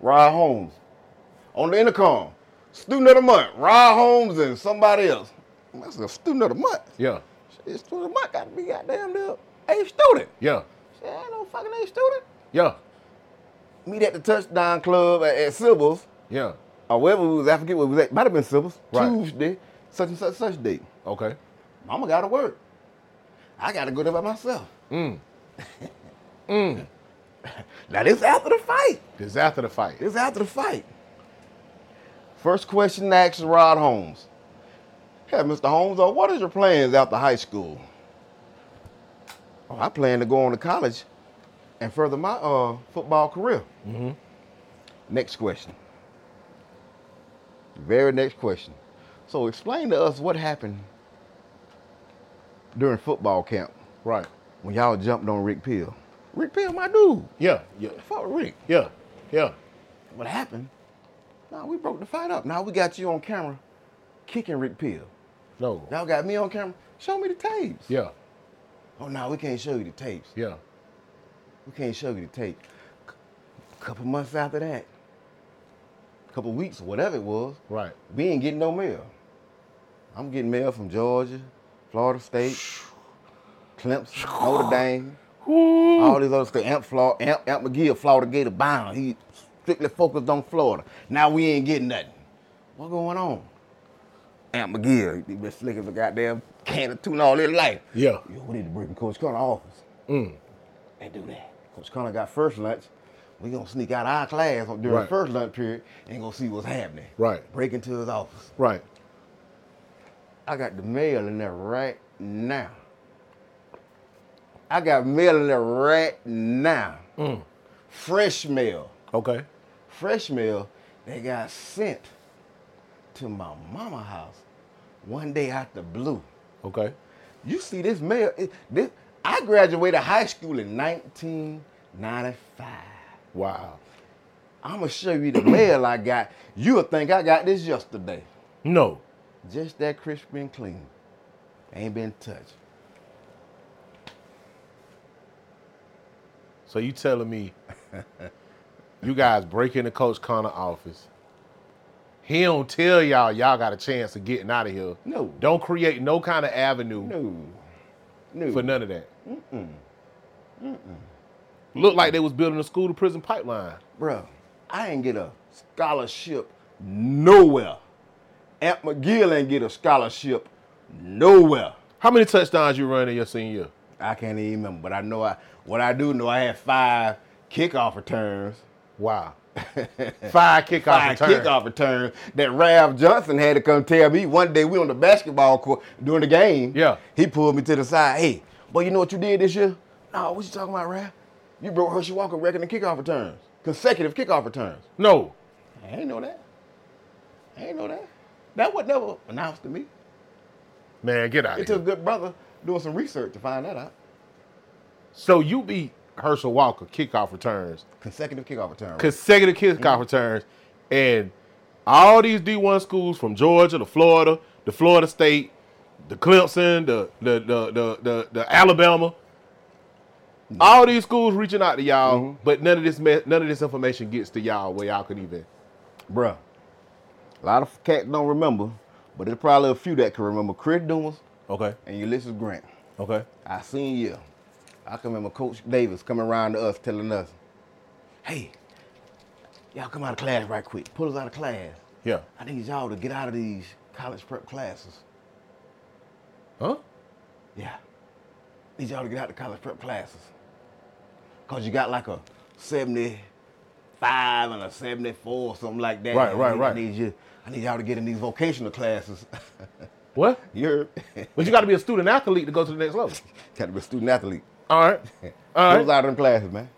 [SPEAKER 3] Rod Holmes. On the intercom. Student of the month. Rod Holmes and somebody else. That's a student of the month.
[SPEAKER 2] Yeah.
[SPEAKER 3] Shit, student of the month gotta be goddamn near eighth student.
[SPEAKER 2] Yeah.
[SPEAKER 3] Shit, I ain't no fucking eighth student.
[SPEAKER 2] Yeah.
[SPEAKER 3] Meet at the touchdown club at, at Sybil's.
[SPEAKER 2] Yeah.
[SPEAKER 3] Or wherever we was, I forget what it was at. Might have been Sybil's.
[SPEAKER 2] Right.
[SPEAKER 3] Tuesday, such and such such date.
[SPEAKER 2] Okay.
[SPEAKER 3] Mama gotta work. I gotta go there by myself. Mm. mm. Now this after the fight.
[SPEAKER 2] This after the fight.
[SPEAKER 3] This after the fight. First question asked Rod Holmes. Hey, Mr. Holmes, uh, what is your plans after high school? Oh, I plan to go on to college and further my uh, football career. Next question. Very next question. So explain to us what happened during football camp
[SPEAKER 2] Right.
[SPEAKER 3] when y'all jumped on Rick Peel. Rick Peel, my dude.
[SPEAKER 2] Yeah. Yeah.
[SPEAKER 3] Fuck Rick
[SPEAKER 2] Yeah. Yeah.
[SPEAKER 3] what happened? Now we broke the fight up. Now we got you on camera kicking Rick Peel.
[SPEAKER 2] No.
[SPEAKER 3] Y'all got me on camera. Show me the tapes.
[SPEAKER 2] Yeah.
[SPEAKER 3] Oh no, we can't show you the tapes.
[SPEAKER 2] Yeah.
[SPEAKER 3] We can't show you the tape. C- Couple months after that, couple weeks, whatever it was,
[SPEAKER 2] Right.
[SPEAKER 3] we ain't getting no mail. I'm getting mail from Georgia, Florida State, Clemson, Notre Dame, all these other states. Amp, Flaw, Amp, Amp McGee, of Florida Gator bound. He strictly focused on Florida. Now we ain't getting nothing. What going on? Amp McGee, he been slick as a goddamn can of tuna all his life.
[SPEAKER 2] Yeah. Mm.
[SPEAKER 3] Yo, we need to bring Coach Connor office. They do that. Coach Connor got first lunch. We gonna sneak out of our class during
[SPEAKER 2] Right.
[SPEAKER 3] the first lunch period and go see what's happening.
[SPEAKER 2] Right.
[SPEAKER 3] Break into his office.
[SPEAKER 2] Right.
[SPEAKER 3] I got the mail in there right now. I got mail in there right now. Fresh mail.
[SPEAKER 2] Okay.
[SPEAKER 3] Fresh mail that got sent to my mama house one day out the blue.
[SPEAKER 2] Okay.
[SPEAKER 3] You see this mail? it- this, I graduated high school in 1995.
[SPEAKER 2] Wow.
[SPEAKER 3] I'm gonna show you the mail I got. You'll think I got this yesterday.
[SPEAKER 2] No.
[SPEAKER 3] Just that crisp and clean. Ain't been touched.
[SPEAKER 2] So you telling me you guys break into Coach Connor office. He don't tell y'all y'all got a chance of getting out of here.
[SPEAKER 3] No.
[SPEAKER 2] Don't create no kind of avenue
[SPEAKER 3] No. No.
[SPEAKER 2] for none of that. Mm-mm. Mm-mm. Looked like they was building a school to prison pipeline.
[SPEAKER 3] Bruh, I ain't get a scholarship nowhere. Aunt McGill ain't get a scholarship nowhere.
[SPEAKER 2] How many touchdowns you run in your senior year?
[SPEAKER 3] I can't even remember, but I know I what I do know I had five kickoff returns.
[SPEAKER 2] Wow. Five kickoff
[SPEAKER 3] Five
[SPEAKER 2] return.
[SPEAKER 3] kickoff returns that Rav Johnson had to come tell me one day we on the basketball court during the game.
[SPEAKER 2] Yeah.
[SPEAKER 3] He pulled me to the side. Hey, boy, you know what you did this year? No, what you talking about, Rav? You broke Hershey Walker record in kickoff returns. Consecutive kickoff returns.
[SPEAKER 2] No.
[SPEAKER 3] I ain't know that. I ain't know that. That was never announced to me.
[SPEAKER 2] Man, get out of
[SPEAKER 3] It
[SPEAKER 2] here.
[SPEAKER 3] took good brother doing some research to find that out.
[SPEAKER 2] so you beat Herschel Walker kickoff returns,
[SPEAKER 3] Consecutive kickoff return.
[SPEAKER 2] consecutive kickoff returns, and all these D1 schools from Georgia to Florida, the Florida State, the Clemson, the the the the the, the Alabama. All these schools reaching out to y'all, but none of this me- none of this information gets to y'all where y'all could even.
[SPEAKER 3] Bruh. A lot of cats don't remember, but there's probably a few that can remember. Chris Dumas
[SPEAKER 2] Okay.
[SPEAKER 3] and Ulysses Grant.
[SPEAKER 2] Okay.
[SPEAKER 3] I seen you. I can remember Coach Davis coming around to us telling us, hey, y'all come out of class right quick. Pull us out of class.
[SPEAKER 2] Yeah.
[SPEAKER 3] I need y'all to get out of these college prep classes.
[SPEAKER 2] Huh?
[SPEAKER 3] Yeah. Need y'all to get out of college prep classes. Cause you got like a 75 and a 74 or something like that.
[SPEAKER 2] Right, right,
[SPEAKER 3] I need-
[SPEAKER 2] right.
[SPEAKER 3] I need you, I need y'all to get in these vocational classes.
[SPEAKER 2] What?
[SPEAKER 3] You're
[SPEAKER 2] But you got to be a student athlete to go to the next level.
[SPEAKER 3] gotta be a student athlete.
[SPEAKER 2] All right. All
[SPEAKER 3] Pull
[SPEAKER 2] right.
[SPEAKER 3] us out of them classes, man.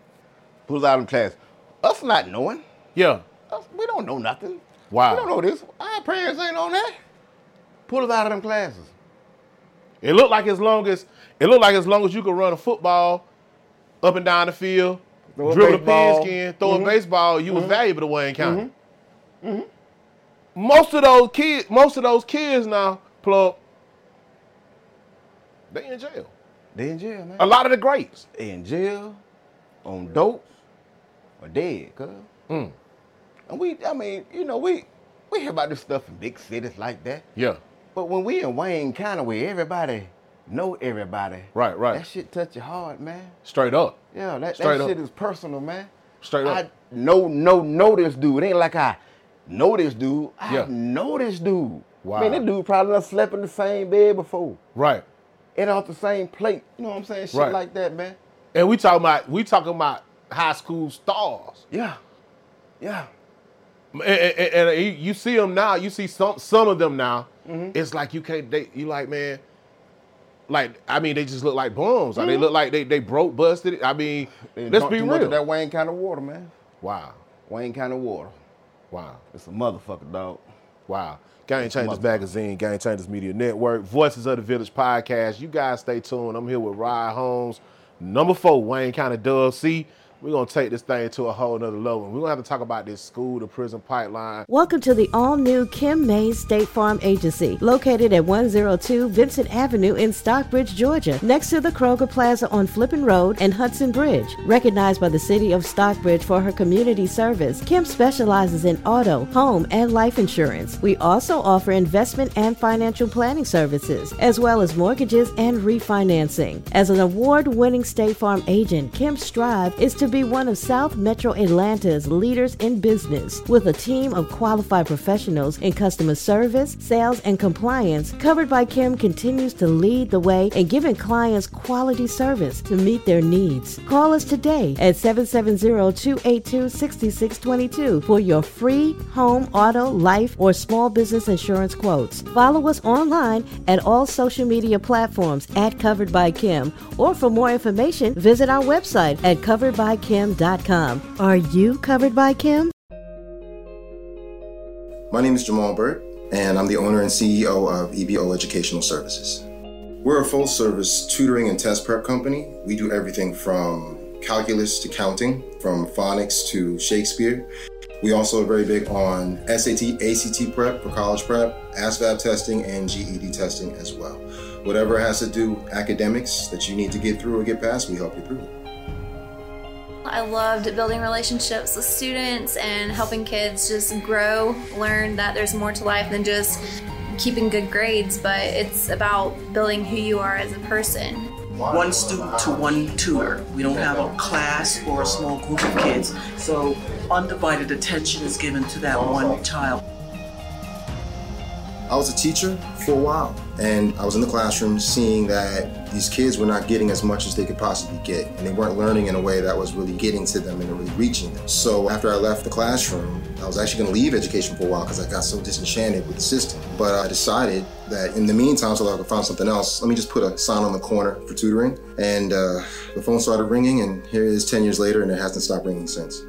[SPEAKER 3] Pull us out of them classes. Us not knowing.
[SPEAKER 2] yeah.
[SPEAKER 3] Us, we don't know nothing.
[SPEAKER 2] Wow.
[SPEAKER 3] We don't know this. Our parents ain't on that. Pull us out of them classes.
[SPEAKER 2] It looked like as long as it looked like as long as you could run a football up and down the field,
[SPEAKER 3] Throw a
[SPEAKER 2] dribble the
[SPEAKER 3] baseball.
[SPEAKER 2] pigskin, throw a baseball, you was valuable to Wayne County. Mm-hmm. Most of those kids, most of those kids now, plug, they in jail.
[SPEAKER 3] They in jail, man.
[SPEAKER 2] A lot of the greats.
[SPEAKER 3] They in jail, on dope, or dead, cuz.
[SPEAKER 2] Hmm.
[SPEAKER 3] And we, I mean, you know, we we hear about this stuff in big cities like that.
[SPEAKER 2] Yeah.
[SPEAKER 3] But when we in Wayne County, where everybody know everybody,
[SPEAKER 2] Right, right.
[SPEAKER 3] That shit touch your heart, man.
[SPEAKER 2] Straight up.
[SPEAKER 3] Yeah, that, that
[SPEAKER 2] Straight
[SPEAKER 3] shit
[SPEAKER 2] up.
[SPEAKER 3] is personal, man.
[SPEAKER 2] Straight up.
[SPEAKER 3] I know, no, know this dude. It ain't like I know this dude. I
[SPEAKER 2] Yeah.
[SPEAKER 3] know this dude.
[SPEAKER 2] Wow.
[SPEAKER 3] Man, this dude probably done slept in the same bed before.
[SPEAKER 2] Right.
[SPEAKER 3] Ate off the same plate. You know what I'm saying? Shit
[SPEAKER 2] Right.
[SPEAKER 3] like that, man.
[SPEAKER 2] And we talking about we talking about high school stars.
[SPEAKER 3] Yeah. Yeah.
[SPEAKER 2] And, and- and- and you- you see them now. You see some some of them now. It's like you can't. They, you like man. Like I mean, they just look like bums. Like, they look like they they broke busted. I mean,
[SPEAKER 3] They
[SPEAKER 2] let's
[SPEAKER 3] drunk
[SPEAKER 2] be
[SPEAKER 3] too much of
[SPEAKER 2] real.
[SPEAKER 3] that Wayne County water, man.
[SPEAKER 2] Wow,
[SPEAKER 3] Wayne County water.
[SPEAKER 2] wow,
[SPEAKER 3] It's a motherfucker, dog.
[SPEAKER 2] wow. Game Changers Magazine, Game Changers Media Network, Voices of the Village podcast. You guys stay tuned. I'm here with Ryan Holmes, number four, Wayne County Dove. See, we're gonna take this thing to a whole nother level. We're gonna have to talk about this school to prison pipeline.
[SPEAKER 5] Welcome to the all new Kim Mays State Farm Agency, located at 102 Vincent Avenue in Stockbridge, Georgia, next to the Kroger Plaza on Flippin Road and Hudson Bridge. Recognized by the City of Stockbridge for her community service, Kim specializes in auto, home, and life insurance. We also offer investment and financial planning services, as well as mortgages and refinancing. As an award winning State Farm agent, Kim Strive is to be one of South Metro Atlanta's leaders in business with a team of qualified professionals in customer service, sales, and compliance. Covered by Kim continues to lead the way in giving clients quality service to meet their needs. Call us today at 770-282-6622 for your free home, auto, life, or small business insurance quotes. Follow us online at all social media platforms at Covered by Kim, or for more information, visit our website at coveredbykim.com. Are you covered by Kim?
[SPEAKER 6] My name is Jamal Burt, and I'm the owner and CEO of EBO Educational Services. We're a full service tutoring and test prep company. We do everything from calculus to counting, from phonics to Shakespeare. We also are very big on SAT, ACT prep for college prep, ASVAB testing, and GED testing as well. Whatever has to do academics that you need to get through or get past, we help you through it.
[SPEAKER 7] I loved building relationships with students and helping kids just grow, learn that there's more to life than just keeping good grades, but it's about building who you are as a person.
[SPEAKER 8] one student to one tutor. We don't have a class or a small group of kids. So undivided attention is given to that one child.
[SPEAKER 6] I was a teacher for a while, and I was in the classroom seeing that these kids were not getting as much as they could possibly get, and they weren't learning in a way that was really getting to them and really reaching them. So after I left the classroom, I was actually going to leave education for a while because I got so disenchanted with the system. But I decided that in the meantime, so that I could find something else, let me just put a sign on the corner for tutoring. And uh, the phone started ringing, and here it is 10 years later, and it hasn't stopped ringing since.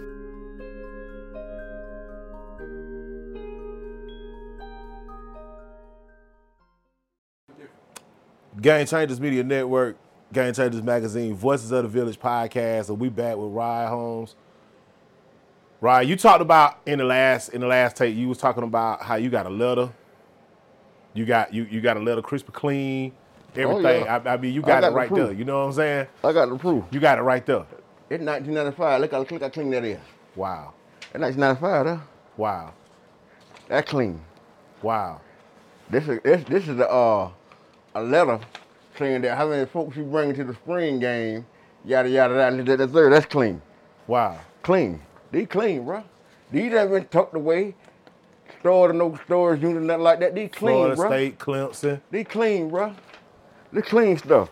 [SPEAKER 2] Game Changers Media Network, Game Changers Magazine, Voices of the Village podcast, and we back with Ryan Holmes. Ryan, you talked about in the last in the last tape, you was talking about how you got a letter. You got you you got a letter crisp and clean, everything.
[SPEAKER 3] Oh, yeah.
[SPEAKER 2] I, I mean, you
[SPEAKER 3] I
[SPEAKER 2] got,
[SPEAKER 3] got
[SPEAKER 2] it
[SPEAKER 3] the
[SPEAKER 2] right
[SPEAKER 3] proof.
[SPEAKER 2] there. You know what I'm saying?
[SPEAKER 3] I got the proof.
[SPEAKER 2] You got it right there.
[SPEAKER 3] It's 1995. Look how click I clean that is.
[SPEAKER 2] Wow,
[SPEAKER 3] It's 1995, though.
[SPEAKER 2] wow,
[SPEAKER 3] That clean.
[SPEAKER 2] wow.
[SPEAKER 3] This is this, this is a, uh, a letter saying that how many folks you bring to the spring game, yada yada yada. That, that's there. That's clean,
[SPEAKER 2] Wow.
[SPEAKER 3] clean. These clean, bruh. These haven't been tucked away, stored in no storage unit, nothing like that. These clean,
[SPEAKER 2] Florida
[SPEAKER 3] bruh.
[SPEAKER 2] State, Clemson.
[SPEAKER 3] They clean, bruh. They clean stuff.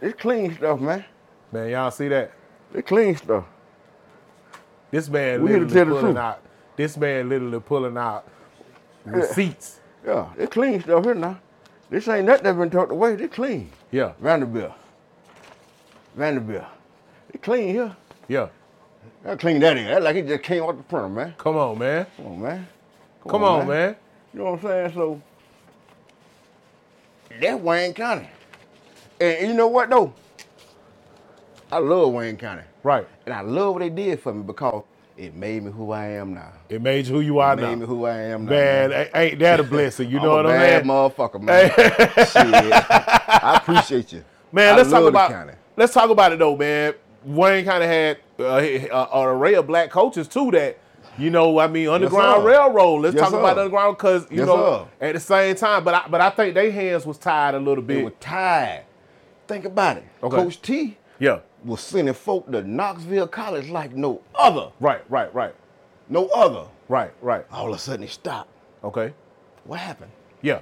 [SPEAKER 3] It's clean stuff, man.
[SPEAKER 2] Man, y'all see that?
[SPEAKER 3] They clean stuff.
[SPEAKER 2] This man
[SPEAKER 3] We here to
[SPEAKER 2] literally
[SPEAKER 3] tell the
[SPEAKER 2] pulling
[SPEAKER 3] truth.
[SPEAKER 2] out. This man literally pulling out receipts.
[SPEAKER 3] Yeah, they clean stuff here now. This ain't nothing that been tucked away. They clean.
[SPEAKER 2] Yeah,
[SPEAKER 3] Vanderbilt. Vanderbilt. They clean here.
[SPEAKER 2] yeah.
[SPEAKER 3] I clean that in. That like it just came out the printer, man.
[SPEAKER 2] Come on, man.
[SPEAKER 3] Come on, man.
[SPEAKER 2] Come on, man.
[SPEAKER 3] You know what I'm saying? So that's Wayne County. And you know what though? I love Wayne County.
[SPEAKER 2] Right.
[SPEAKER 3] And I love what they did for me because it made me who I am now.
[SPEAKER 2] It made you who you
[SPEAKER 3] It
[SPEAKER 2] are
[SPEAKER 3] made
[SPEAKER 2] now.
[SPEAKER 3] me who I am now.
[SPEAKER 2] Man, a- ain't that a blessing? You know
[SPEAKER 3] I'm
[SPEAKER 2] what
[SPEAKER 3] a
[SPEAKER 2] I'm
[SPEAKER 3] bad
[SPEAKER 2] saying?
[SPEAKER 3] motherfucker, man. Shit. I appreciate you.
[SPEAKER 2] Man,
[SPEAKER 3] I
[SPEAKER 2] let's talk
[SPEAKER 3] love the
[SPEAKER 2] about
[SPEAKER 3] county.
[SPEAKER 2] let's talk about it though, man. Wayne kind of had uh, h- uh, an array of black coaches too. That you know, I mean, Underground
[SPEAKER 3] sir.
[SPEAKER 2] Railroad. Let's
[SPEAKER 3] Yes,
[SPEAKER 2] talk about
[SPEAKER 3] sir.
[SPEAKER 2] Underground because you
[SPEAKER 3] Yes,
[SPEAKER 2] know
[SPEAKER 3] sir.
[SPEAKER 2] at the same time. But I, but I think their hands was tied a little
[SPEAKER 3] They
[SPEAKER 2] bit.
[SPEAKER 3] were tired. Think about it.
[SPEAKER 2] Okay.
[SPEAKER 3] Coach T
[SPEAKER 2] yeah,
[SPEAKER 3] was sending folk to Knoxville College like no other.
[SPEAKER 2] right, right, right,
[SPEAKER 3] No other.
[SPEAKER 2] right, right.
[SPEAKER 3] All of a sudden it stopped.
[SPEAKER 2] Okay,
[SPEAKER 3] What happened?
[SPEAKER 2] yeah,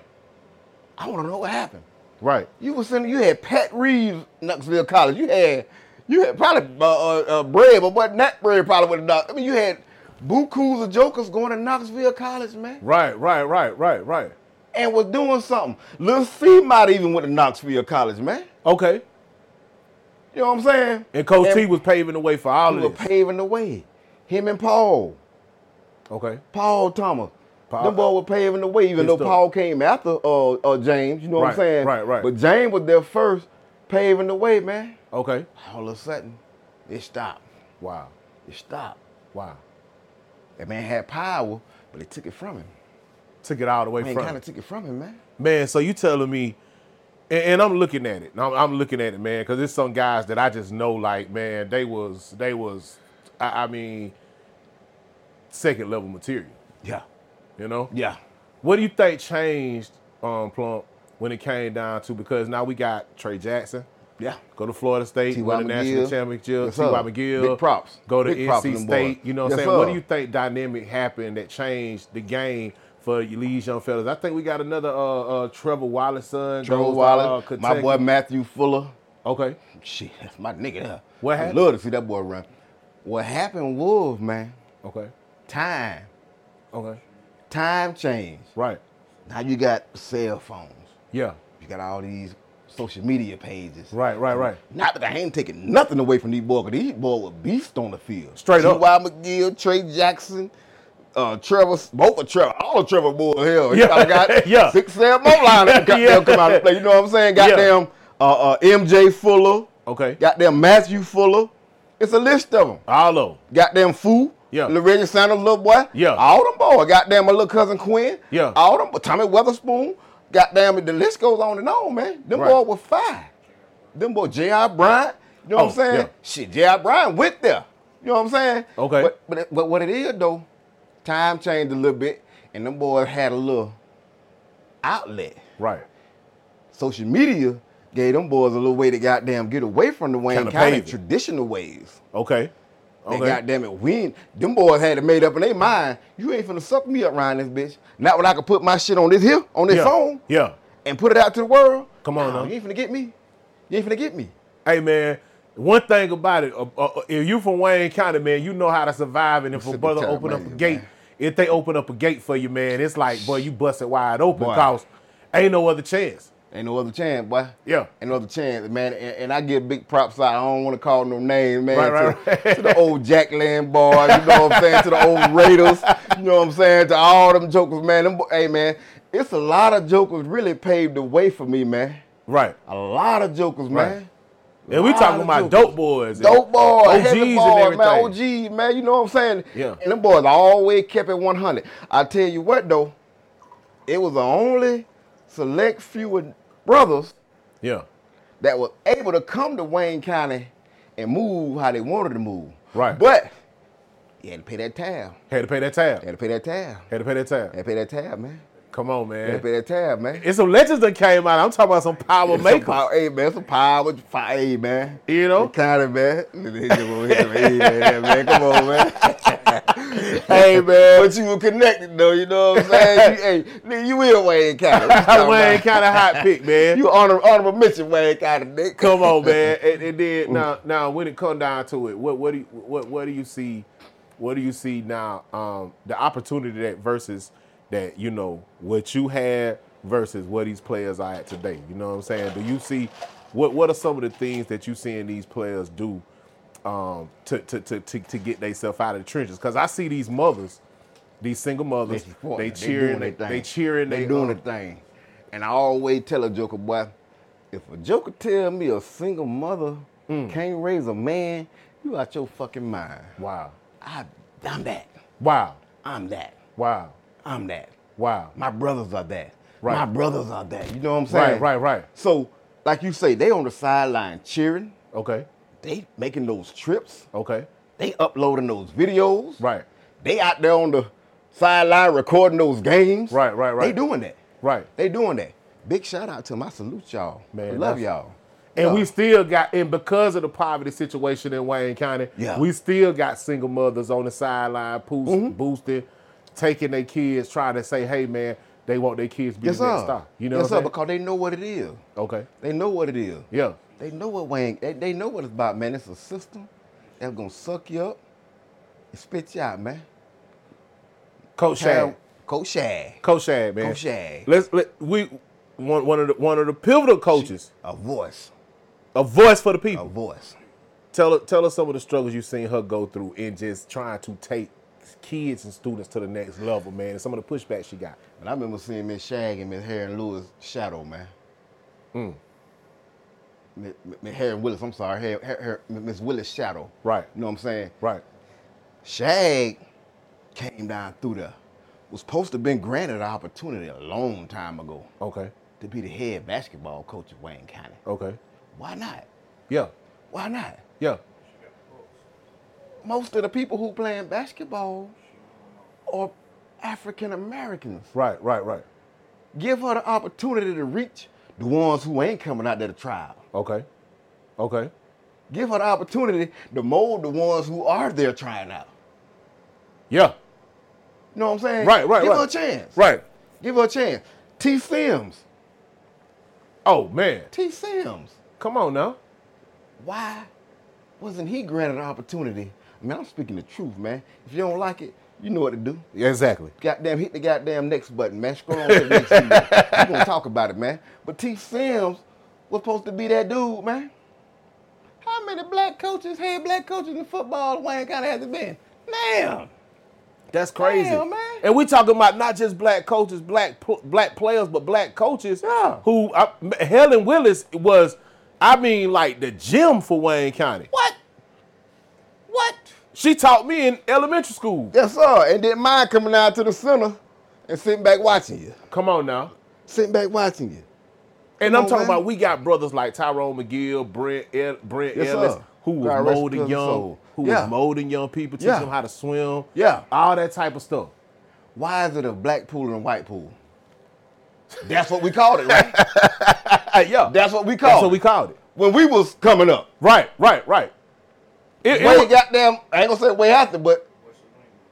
[SPEAKER 3] I want to know what happened.
[SPEAKER 2] right.
[SPEAKER 3] You was sending. You had Pat Reeves, Knoxville College. You had, you had probably uh, uh, uh, Brad, but what not Brad probably would have knocked. I mean, you had Bukus and Jokers going to Knoxville College, man,
[SPEAKER 2] Right, right, right, right, right.
[SPEAKER 3] and was doing something. Lil C might even went to Knoxville College, man.
[SPEAKER 2] Okay,
[SPEAKER 3] You know what I'm saying?
[SPEAKER 2] and Coach
[SPEAKER 3] and
[SPEAKER 2] T was paving the way for all
[SPEAKER 3] we
[SPEAKER 2] of
[SPEAKER 3] were
[SPEAKER 2] this.
[SPEAKER 3] paving the way. Him and Paul,
[SPEAKER 2] okay,
[SPEAKER 3] Paul Thomas.
[SPEAKER 2] Paul-
[SPEAKER 3] Them boy were paving the way,
[SPEAKER 2] Good
[SPEAKER 3] even though
[SPEAKER 2] stuff.
[SPEAKER 3] Paul came after uh, uh, James. You know what
[SPEAKER 2] Right,
[SPEAKER 3] I'm saying?
[SPEAKER 2] right, right.
[SPEAKER 3] But James was there first, paving the way, man.
[SPEAKER 2] okay.
[SPEAKER 3] All of a sudden, it stopped.
[SPEAKER 2] Wow,
[SPEAKER 3] It stopped.
[SPEAKER 2] wow.
[SPEAKER 3] That man had power, but they took it from him.
[SPEAKER 2] Took it all the way
[SPEAKER 3] Man,
[SPEAKER 2] from.
[SPEAKER 3] kind
[SPEAKER 2] him.
[SPEAKER 3] of took it from him, man.
[SPEAKER 2] man. So you telling me, and, and I'm looking at it. and I'm, I'm looking at it, man, because there's some guys that I just know, like, man, they was, they was, I, I mean, second level material.
[SPEAKER 3] Yeah,
[SPEAKER 2] You know.
[SPEAKER 3] yeah.
[SPEAKER 2] What do you think changed, um, Plump, when it came down to because now we got Trey Jackson.
[SPEAKER 3] Yeah.
[SPEAKER 2] Go to Florida State,
[SPEAKER 3] T.Y.
[SPEAKER 2] win the national
[SPEAKER 3] McGill.
[SPEAKER 2] championship.
[SPEAKER 3] Yes,
[SPEAKER 2] T.Y.
[SPEAKER 3] sir.
[SPEAKER 2] McGill.
[SPEAKER 3] Big props.
[SPEAKER 2] Go to
[SPEAKER 3] Big props to
[SPEAKER 2] NC
[SPEAKER 3] them
[SPEAKER 2] State.
[SPEAKER 3] boys.
[SPEAKER 2] You know what I'm
[SPEAKER 3] Yes,
[SPEAKER 2] saying? What do
[SPEAKER 3] sir.
[SPEAKER 2] you think dynamic happened that changed the game for you these young fellas? I think we got another uh, uh, Trevor Wallace son.
[SPEAKER 3] Trevor
[SPEAKER 2] goes to, uh,
[SPEAKER 3] Wallace, my
[SPEAKER 2] Kentucky.
[SPEAKER 3] boy Matthew Fuller.
[SPEAKER 2] Okay.
[SPEAKER 3] Shit, that's my nigga. There.
[SPEAKER 2] What
[SPEAKER 3] I
[SPEAKER 2] happened?
[SPEAKER 3] love to see that boy run. What happened was, man,
[SPEAKER 2] Okay.
[SPEAKER 3] time.
[SPEAKER 2] Okay.
[SPEAKER 3] Time changed.
[SPEAKER 2] Right.
[SPEAKER 3] Now you got cell phones.
[SPEAKER 2] Yeah.
[SPEAKER 3] You got all these social media pages.
[SPEAKER 2] Right, right, right.
[SPEAKER 3] Not that I ain't taking nothing away from these boys, 'cause these boys were beasts on the field.
[SPEAKER 2] Straight up.
[SPEAKER 3] T.Y. McGill, Trey Jackson, uh, Trevor, both of Trevor, all of Trevor boys, hell. He
[SPEAKER 2] Yeah.
[SPEAKER 3] probably got
[SPEAKER 2] Yeah.
[SPEAKER 3] six, seven more lines that goddamn
[SPEAKER 2] Yeah.
[SPEAKER 3] come out and play. You know what I'm saying?
[SPEAKER 2] Yeah.
[SPEAKER 3] Goddamn uh, uh, MJ Fuller.
[SPEAKER 2] Okay.
[SPEAKER 3] Goddamn Matthew Fuller. It's a list of them.
[SPEAKER 2] All of 'em.
[SPEAKER 3] Goddamn Foo.
[SPEAKER 2] Yeah.
[SPEAKER 3] Lil Reggie Sanders, little boy.
[SPEAKER 2] Yeah.
[SPEAKER 3] All them boys. Goddamn my little cousin Quinn.
[SPEAKER 2] Yeah.
[SPEAKER 3] All them. Tommy Weatherspoon. Goddamn, the list goes on and on, man. Them
[SPEAKER 2] Right.
[SPEAKER 3] boys were fire. Them boys, J.I. Bryant. You know what
[SPEAKER 2] Oh,
[SPEAKER 3] I'm saying?
[SPEAKER 2] yeah.
[SPEAKER 3] Shit, J.I. Bryant went there. You know what I'm saying?
[SPEAKER 2] Okay.
[SPEAKER 3] But, but, but what it is, though, time changed a little bit, and them boys had a little outlet.
[SPEAKER 2] Right.
[SPEAKER 3] Social media gave them boys a little way to goddamn get away from the Wayne
[SPEAKER 2] Kinda
[SPEAKER 3] County
[SPEAKER 2] paved it.
[SPEAKER 3] traditional ways.
[SPEAKER 2] Okay.
[SPEAKER 3] They
[SPEAKER 2] Okay.
[SPEAKER 3] goddamn it win. Them boys had it made up in their mind. You ain't finna suck me up around this bitch. Not when I can put my shit on this here, on this
[SPEAKER 2] yeah.
[SPEAKER 3] phone,
[SPEAKER 2] Yeah.
[SPEAKER 3] and put it out to the world.
[SPEAKER 2] Come on
[SPEAKER 3] Nah,
[SPEAKER 2] now.
[SPEAKER 3] You ain't finna get me. You ain't finna get me.
[SPEAKER 2] Hey man, one thing about it, uh, uh, if you from Wayne County, man, you know how to survive. And if a
[SPEAKER 3] Mississippi
[SPEAKER 2] brother
[SPEAKER 3] Territory,
[SPEAKER 2] open up a
[SPEAKER 3] man.
[SPEAKER 2] gate, if they open up a gate for you, man, it's like, boy, you bust it wide open
[SPEAKER 3] Boy.
[SPEAKER 2] because ain't no other chance.
[SPEAKER 3] Ain't no other chance, boy.
[SPEAKER 2] Yeah.
[SPEAKER 3] Ain't no other chance, man. And, and I give big props out. I don't want to call no names, man.
[SPEAKER 2] Right, right,
[SPEAKER 3] to,
[SPEAKER 2] right.
[SPEAKER 3] to the old Jackland boys, you know what I'm saying? to the old Raiders, you know what I'm saying? To all them jokers, man. Them, bo- hey, man, it's a lot of jokers really paved the way for me, man.
[SPEAKER 2] Right.
[SPEAKER 3] A lot of jokers, man.
[SPEAKER 2] And we
[SPEAKER 3] Lot
[SPEAKER 2] talking
[SPEAKER 3] of
[SPEAKER 2] about
[SPEAKER 3] jokers.
[SPEAKER 2] dope boys. and
[SPEAKER 3] Dope boys,
[SPEAKER 2] OGs
[SPEAKER 3] heavy
[SPEAKER 2] and
[SPEAKER 3] boys, man,
[SPEAKER 2] everything.
[SPEAKER 3] OG, man, you know what I'm saying?
[SPEAKER 2] Yeah.
[SPEAKER 3] And them boys always kept it 100. I tell you what, though, it was the only select few of brothers
[SPEAKER 2] Yeah.
[SPEAKER 3] that were able to come to Wayne County and move how they wanted to move.
[SPEAKER 2] Right.
[SPEAKER 3] But you had to pay that tab.
[SPEAKER 2] Had to pay that
[SPEAKER 3] You had
[SPEAKER 2] tab.
[SPEAKER 3] to pay that tab.
[SPEAKER 2] Had to pay that
[SPEAKER 3] You
[SPEAKER 2] tab.
[SPEAKER 3] had to pay that tab, man.
[SPEAKER 2] Come on,
[SPEAKER 3] You had to
[SPEAKER 2] man.
[SPEAKER 3] pay that tab, man.
[SPEAKER 2] It's some legends that came out. I'm talking about some power
[SPEAKER 3] It's some
[SPEAKER 2] makers.
[SPEAKER 3] power, hey man, it's a power, fire, hey man.
[SPEAKER 2] You know?
[SPEAKER 3] kind of man. Hey, man, man, come on, man. hey man, but you were connected though. You know what I'm saying? You, hey, nigga, you in Wayne County? What you talking
[SPEAKER 2] Wayne
[SPEAKER 3] about?
[SPEAKER 2] kind of hot pick, man.
[SPEAKER 3] You honorable, honorable mention, Wayne County, nigga.
[SPEAKER 2] Come on, man. And, and then now, now when it come down to it, what what do you, what what do you see? What do you see now? Um, the opportunity that versus that you know what you had versus what these players are at today. You know what I'm saying? Do you see what what are some of the things that you seeing these players do um, to, to to to to get themselves out of the trenches? Because I see these mothers. These single mothers,
[SPEAKER 3] They
[SPEAKER 2] they,
[SPEAKER 3] supporting it. They
[SPEAKER 2] cheering,
[SPEAKER 3] doing
[SPEAKER 2] they,
[SPEAKER 3] their thing.
[SPEAKER 2] they cheering,
[SPEAKER 3] They
[SPEAKER 2] they,
[SPEAKER 3] doing
[SPEAKER 2] um,
[SPEAKER 3] their thing. And I always tell a joker, boy, if a joker tell me a single mother
[SPEAKER 2] Hmm.
[SPEAKER 3] Can't raise a man. You out your fucking mind.
[SPEAKER 2] Wow.
[SPEAKER 3] I, I'm that.
[SPEAKER 2] Wow.
[SPEAKER 3] I'm that.
[SPEAKER 2] Wow.
[SPEAKER 3] I'm that.
[SPEAKER 2] Wow.
[SPEAKER 3] My brothers are that.
[SPEAKER 2] Right.
[SPEAKER 3] My brothers are that. You know what I'm
[SPEAKER 2] Right,
[SPEAKER 3] saying?
[SPEAKER 2] right, right.
[SPEAKER 3] So, like you say, they on the sideline cheering.
[SPEAKER 2] Okay.
[SPEAKER 3] They making those trips.
[SPEAKER 2] Okay.
[SPEAKER 3] They uploading those videos.
[SPEAKER 2] Right.
[SPEAKER 3] They out there on the sideline recording those games.
[SPEAKER 2] Right, right, right.
[SPEAKER 3] They doing that.
[SPEAKER 2] Right.
[SPEAKER 3] They doing that. Big shout out to them. I salute y'all.
[SPEAKER 2] Man,
[SPEAKER 3] I love
[SPEAKER 2] that's-
[SPEAKER 3] y'all.
[SPEAKER 2] And
[SPEAKER 3] Yeah.
[SPEAKER 2] we still got, and because of the poverty situation in Wayne County,
[SPEAKER 3] Yeah. Mm-hmm.
[SPEAKER 2] we still got single mothers on the sideline, poo- boosting, taking their kids, trying to say, "Hey, man, they want their kids to be
[SPEAKER 3] yes,
[SPEAKER 2] the next
[SPEAKER 3] sir.
[SPEAKER 2] star." You know,
[SPEAKER 3] yes,
[SPEAKER 2] what
[SPEAKER 3] sir.
[SPEAKER 2] I'm saying?
[SPEAKER 3] Because they know what it is.
[SPEAKER 2] okay,
[SPEAKER 3] They know what it is.
[SPEAKER 2] yeah,
[SPEAKER 3] They know what Wayne. They, they know what it's about, man. It's a system that's gonna suck you up and spit you out, man.
[SPEAKER 2] Coach Shad,
[SPEAKER 3] Coach Shag.
[SPEAKER 2] Coach Shad, man,
[SPEAKER 3] Coach Shad.
[SPEAKER 2] Let's let we one, one of the one of the pivotal coaches,
[SPEAKER 3] A voice.
[SPEAKER 2] a voice for the
[SPEAKER 3] A
[SPEAKER 2] people.
[SPEAKER 3] voice.
[SPEAKER 2] Tell tell us some of the struggles you've seen her go through in just trying to take kids and students to the next level, man, and some of the pushback she got.
[SPEAKER 3] And I remember seeing Miss Shag and Miss Harry and Lewis shadow, man. Mm. Miss Harry and Willis, I'm sorry, Harry- Harry- Harry- Miss Willis shadow.
[SPEAKER 2] Right.
[SPEAKER 3] You know what I'm saying?
[SPEAKER 2] Right,
[SPEAKER 3] Shag came down through there. Was supposed to have been granted an opportunity a long time ago
[SPEAKER 2] okay,
[SPEAKER 3] to be the head basketball coach of Wayne County.
[SPEAKER 2] okay,
[SPEAKER 3] Why not?
[SPEAKER 2] yeah,
[SPEAKER 3] Why not?
[SPEAKER 2] yeah.
[SPEAKER 3] Most of the people who playing basketball are African Americans.
[SPEAKER 2] Right, right, right.
[SPEAKER 3] Give her the opportunity to reach the ones who ain't coming out there to trial.
[SPEAKER 2] Okay. Okay.
[SPEAKER 3] Give her the opportunity to mold the ones who are there trying out.
[SPEAKER 2] Yeah.
[SPEAKER 3] You know what I'm saying?
[SPEAKER 2] Right, right,
[SPEAKER 3] Give her a
[SPEAKER 2] right.
[SPEAKER 3] chance.
[SPEAKER 2] Right.
[SPEAKER 3] Give her a chance. T. Sims.
[SPEAKER 2] Oh man.
[SPEAKER 3] T. Sims.
[SPEAKER 2] Come on now.
[SPEAKER 3] Why wasn't he granted an opportunity? I mean, I'm speaking the truth, man. If you don't like it, you know what to do.
[SPEAKER 2] Yeah, exactly.
[SPEAKER 3] Goddamn, hit the goddamn next button, man. Scroll on to the next season. We're gonna talk about it, man. But T. Sims was supposed to be that dude, man. How many black coaches, head black coaches in football Wayne County has it been? Damn.
[SPEAKER 2] That's crazy.
[SPEAKER 3] Damn, man.
[SPEAKER 2] And we talking about not just black coaches, black pl- black players, but black coaches
[SPEAKER 3] Yeah.
[SPEAKER 2] who I, Helen Willis was I mean like the gym for Wayne County.
[SPEAKER 3] What? What?
[SPEAKER 2] She taught me in elementary school.
[SPEAKER 3] Yes, sir. And didn't mind coming out to the center and sitting back watching you.
[SPEAKER 2] Come on now.
[SPEAKER 3] Sitting back watching you.
[SPEAKER 2] And
[SPEAKER 3] Come
[SPEAKER 2] I'm
[SPEAKER 3] on,
[SPEAKER 2] talking
[SPEAKER 3] man.
[SPEAKER 2] about we got brothers like Tyrone McGill, Brent El- Brent
[SPEAKER 3] Yes,
[SPEAKER 2] Ellis,
[SPEAKER 3] sir.
[SPEAKER 2] who was
[SPEAKER 3] God rest
[SPEAKER 2] molding
[SPEAKER 3] his
[SPEAKER 2] young,
[SPEAKER 3] soul.
[SPEAKER 2] who
[SPEAKER 3] Yeah.
[SPEAKER 2] was molding young people, teaching
[SPEAKER 3] Yeah.
[SPEAKER 2] them how to swim,
[SPEAKER 3] Yeah.
[SPEAKER 2] all that type of stuff.
[SPEAKER 3] Why is it a black pool and a white pool? That's what we called it, right?
[SPEAKER 2] yeah,
[SPEAKER 3] That's what we called
[SPEAKER 2] that's what
[SPEAKER 3] it.
[SPEAKER 2] we called it.
[SPEAKER 3] when we was coming up.
[SPEAKER 2] Right, right, right. It, it
[SPEAKER 3] Way
[SPEAKER 2] was-
[SPEAKER 3] goddamn, I ain't gonna say way after, but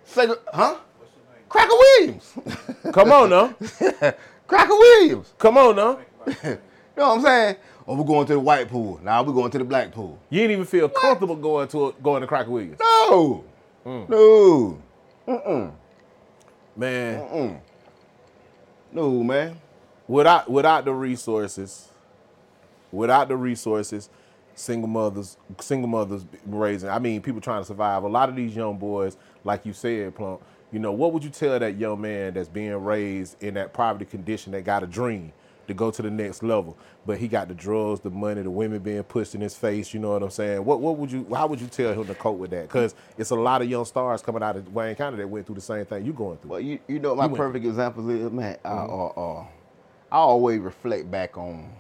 [SPEAKER 3] second, huh? Cracker Williams.
[SPEAKER 2] come on now.
[SPEAKER 3] Cracker Williams.
[SPEAKER 2] Come on now.
[SPEAKER 3] You know what I'm saying? Oh, we're going to the white pool. Now we're going to the black pool.
[SPEAKER 2] You didn't even feel comfortable going to a, going to Cracker Williams.
[SPEAKER 3] No. No.
[SPEAKER 2] Man,
[SPEAKER 3] No, man.
[SPEAKER 2] without without the resources, without the resources, single mothers, single mothers raising. I mean, people trying to survive. A lot of these young boys, like you said, Plump. You know, what would you tell that young man that's being raised in that poverty condition that got a dream to go to the next level, but he got the drugs, the money, the women being pushed in his face? You know what I'm saying? What what would you? How would you tell him to cope with that? Because it's a lot of young stars coming out of Wayne County that went through the same thing you going through.
[SPEAKER 3] Well, you, you know what my
[SPEAKER 2] went
[SPEAKER 3] perfect example is, man, I, uh, uh, I always reflect back on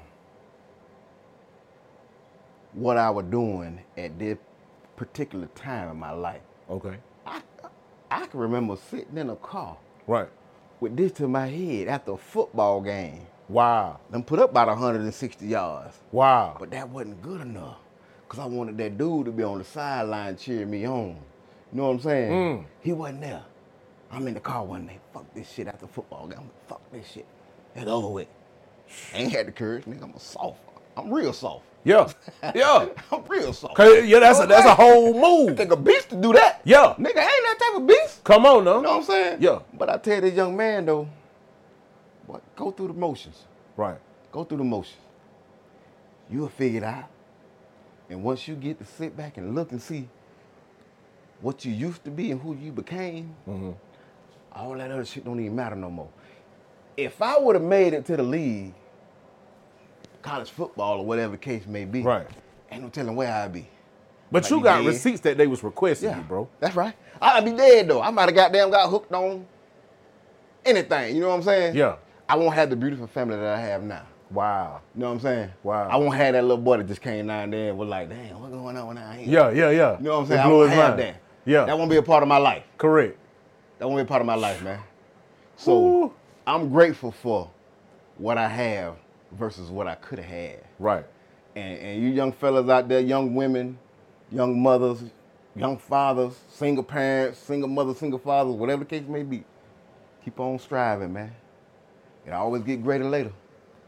[SPEAKER 3] what I was doing at this particular time in my life.
[SPEAKER 2] Okay,
[SPEAKER 3] I, I can remember sitting in a car
[SPEAKER 2] right?
[SPEAKER 3] with this to my head after a football game.
[SPEAKER 2] Wow,
[SPEAKER 3] Them put up about 160 yards,
[SPEAKER 2] wow.
[SPEAKER 3] but that wasn't good enough because I wanted that dude to be on the sideline cheering me on. You know what I'm saying?
[SPEAKER 2] Mm.
[SPEAKER 3] He wasn't there. I'm in the car one day. Fuck this shit after football game. I'm like, Fuck this shit. It's over with. I ain't had the courage, nigga. I'm a soft. I'm real soft.
[SPEAKER 2] Yeah, yeah.
[SPEAKER 3] I'm real soft.
[SPEAKER 2] 'Cause, yeah, that's a that's a whole
[SPEAKER 3] You
[SPEAKER 2] move.
[SPEAKER 3] think a beast to do that?
[SPEAKER 2] Yeah.
[SPEAKER 3] Nigga, I ain't that type of beast.
[SPEAKER 2] Come on now.
[SPEAKER 3] You know what I'm saying?
[SPEAKER 2] Yeah.
[SPEAKER 3] But I tell this young man though, what go through the motions.
[SPEAKER 2] Right.
[SPEAKER 3] Go through the motions. You'll figure it out. And once you get to sit back and look and see what you used to be and who you became,
[SPEAKER 2] Mm-hmm.
[SPEAKER 3] all that other shit don't even matter no more. If I would have made it to the league, college football or whatever the case may be,
[SPEAKER 2] Right.
[SPEAKER 3] Ain't no telling where I'd be.
[SPEAKER 2] But
[SPEAKER 3] Like
[SPEAKER 2] you
[SPEAKER 3] you
[SPEAKER 2] got
[SPEAKER 3] did.
[SPEAKER 2] receipts that they was requesting you, bro.
[SPEAKER 3] That's right. I'd be dead though. I might have goddamn got hooked on anything. You know what I'm saying?
[SPEAKER 2] Yeah.
[SPEAKER 3] I won't have the beautiful family that I have now.
[SPEAKER 2] Wow.
[SPEAKER 3] You know what I'm saying?
[SPEAKER 2] Wow.
[SPEAKER 3] I won't have that little boy that just came down there and was like, damn, what's going on out here?
[SPEAKER 2] Yeah, yeah, yeah.
[SPEAKER 3] You know what I'm
[SPEAKER 2] It
[SPEAKER 3] saying? I
[SPEAKER 2] blew
[SPEAKER 3] won't
[SPEAKER 2] his
[SPEAKER 3] have
[SPEAKER 2] mind.
[SPEAKER 3] that.
[SPEAKER 2] Yeah.
[SPEAKER 3] That won't be a part of my life.
[SPEAKER 2] Correct.
[SPEAKER 3] That won't be a part of my life, man. So
[SPEAKER 2] Ooh.
[SPEAKER 3] I'm grateful for what I have versus what I could have had.
[SPEAKER 2] Right.
[SPEAKER 3] And, and you young fellas out there, young women, young mothers, young fathers, single parents, single mothers, single fathers, whatever the case may be, keep on striving, man. It always get greater later.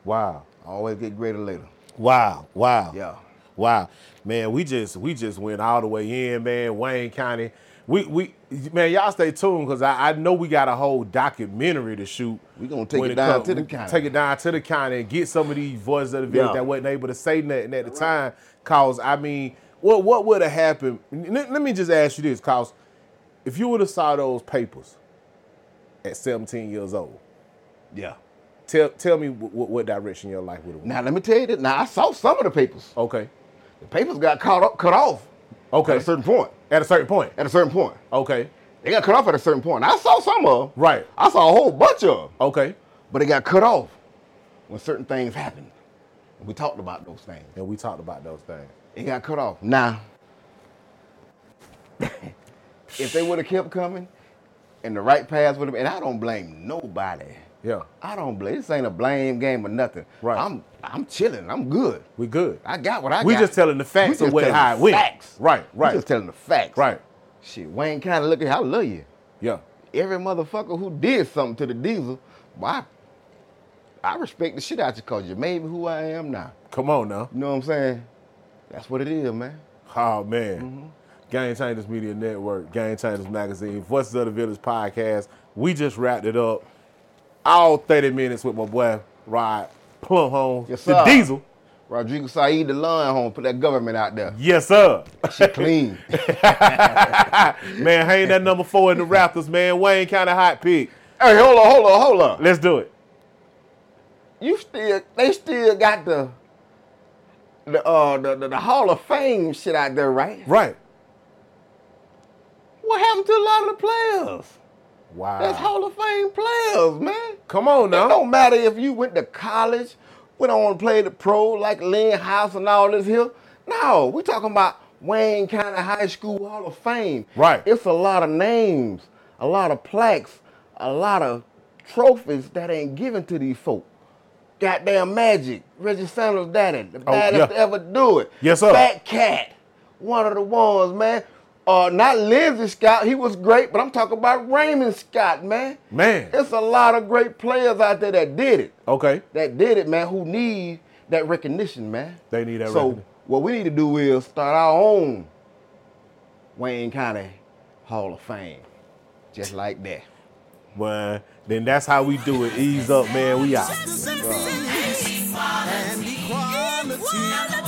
[SPEAKER 2] Wow.
[SPEAKER 3] Always get greater later.
[SPEAKER 2] Wow. Wow.
[SPEAKER 3] Yeah.
[SPEAKER 2] Wow. Man, we just we just went all the way in, man. Wayne County. We we man, y'all stay tuned because I, I know we got a whole documentary to shoot.
[SPEAKER 3] We gonna take
[SPEAKER 2] when
[SPEAKER 3] it down
[SPEAKER 2] come-
[SPEAKER 3] to the
[SPEAKER 2] we
[SPEAKER 3] county.
[SPEAKER 2] Take it down to the county and get some of these voices of the village
[SPEAKER 3] Yeah.
[SPEAKER 2] that wasn't able to say nothing at the time. Cause I mean, what what would have happened? N- let me just ask you this, cause if you would have saw those papers at 17 years old,
[SPEAKER 3] Yeah.
[SPEAKER 2] tell tell me what, what direction your life would have went.
[SPEAKER 3] Now let me tell you this. Now I saw some of the papers.
[SPEAKER 2] Okay.
[SPEAKER 3] The papers got caught up, cut off
[SPEAKER 2] Okay.
[SPEAKER 3] at a certain point.
[SPEAKER 2] At a certain point.
[SPEAKER 3] At a certain point.
[SPEAKER 2] Okay.
[SPEAKER 3] They got cut off at a certain point. I saw some of them.
[SPEAKER 2] Right.
[SPEAKER 3] I saw a whole bunch of them.
[SPEAKER 2] Okay.
[SPEAKER 3] But it got cut off when certain things happened. And we talked about those things.
[SPEAKER 2] And we talked about those things.
[SPEAKER 3] It got cut off. Now, if they would have kept coming and the right paths would have been, and I don't blame nobody.
[SPEAKER 2] Yeah.
[SPEAKER 3] I don't blame. This ain't a blame game or nothing.
[SPEAKER 2] Right.
[SPEAKER 3] I'm I'm chilling. I'm good.
[SPEAKER 2] We good.
[SPEAKER 3] I got what I
[SPEAKER 2] We
[SPEAKER 3] got.
[SPEAKER 2] just telling the facts
[SPEAKER 3] We just
[SPEAKER 2] of what-
[SPEAKER 3] telling
[SPEAKER 2] how it
[SPEAKER 3] the
[SPEAKER 2] went.
[SPEAKER 3] Facts.
[SPEAKER 2] Right, right.
[SPEAKER 3] We just telling the facts.
[SPEAKER 2] Right.
[SPEAKER 3] Shit, Wayne County, look at I love you.
[SPEAKER 2] Yeah.
[SPEAKER 3] Every motherfucker who did something to the diesel, why? I respect the shit out you cause you made me who I am now.
[SPEAKER 2] Come on now.
[SPEAKER 3] You know what I'm saying? That's what it is, man.
[SPEAKER 2] Oh man.
[SPEAKER 3] Mm-hmm.
[SPEAKER 2] Game Changers Media Network, Game Changers Magazine, Voices of the Village Podcast. We just wrapped it up. All 30 minutes with my boy Rod Plum Holmes.
[SPEAKER 3] Yes,
[SPEAKER 2] the
[SPEAKER 3] sir.
[SPEAKER 2] Diesel.
[SPEAKER 3] Rodrigo Saeed, the lion home, put that government out there.
[SPEAKER 2] Yes, sir.
[SPEAKER 3] She clean.
[SPEAKER 2] man, hang that number four in the Raptors, man. Wayne kinda hot pick.
[SPEAKER 3] hey, hold on, hold on, hold on.
[SPEAKER 2] Let's do it.
[SPEAKER 3] You still, they still got the, the, uh, the, the, the Hall of Fame shit out there, right?
[SPEAKER 2] Right.
[SPEAKER 3] What happened to a lot of the players?
[SPEAKER 2] Wow.
[SPEAKER 3] That's Hall of Fame players, man.
[SPEAKER 2] Come on now.
[SPEAKER 3] It don't matter if you went to college, went on to play the pro like Lynn House and all this here. No, we talking about Wayne County High School Hall of Fame.
[SPEAKER 2] Right.
[SPEAKER 3] It's a lot of names, a lot of plaques, a lot of trophies that ain't given to these folk. Goddamn magic. Reggie Sanders daddy, the baddest
[SPEAKER 2] Oh, yeah.
[SPEAKER 3] to ever do it.
[SPEAKER 2] Yes, sir.
[SPEAKER 3] Fat Cat, one of the ones, man. Uh, not Lindsey Scott, he was great, but I'm talking about Raymond Scott, man.
[SPEAKER 2] Man.
[SPEAKER 3] It's a lot of great players out there that did it.
[SPEAKER 2] Okay.
[SPEAKER 3] That did it, man, who need that recognition, man.
[SPEAKER 2] They need that
[SPEAKER 3] So
[SPEAKER 2] recognition.
[SPEAKER 3] what we need to do is start our own Wayne County Hall of Fame. Just like that.
[SPEAKER 2] Well, then that's how we do it. Ease up, man. We out.
[SPEAKER 1] Justice and peace and equality.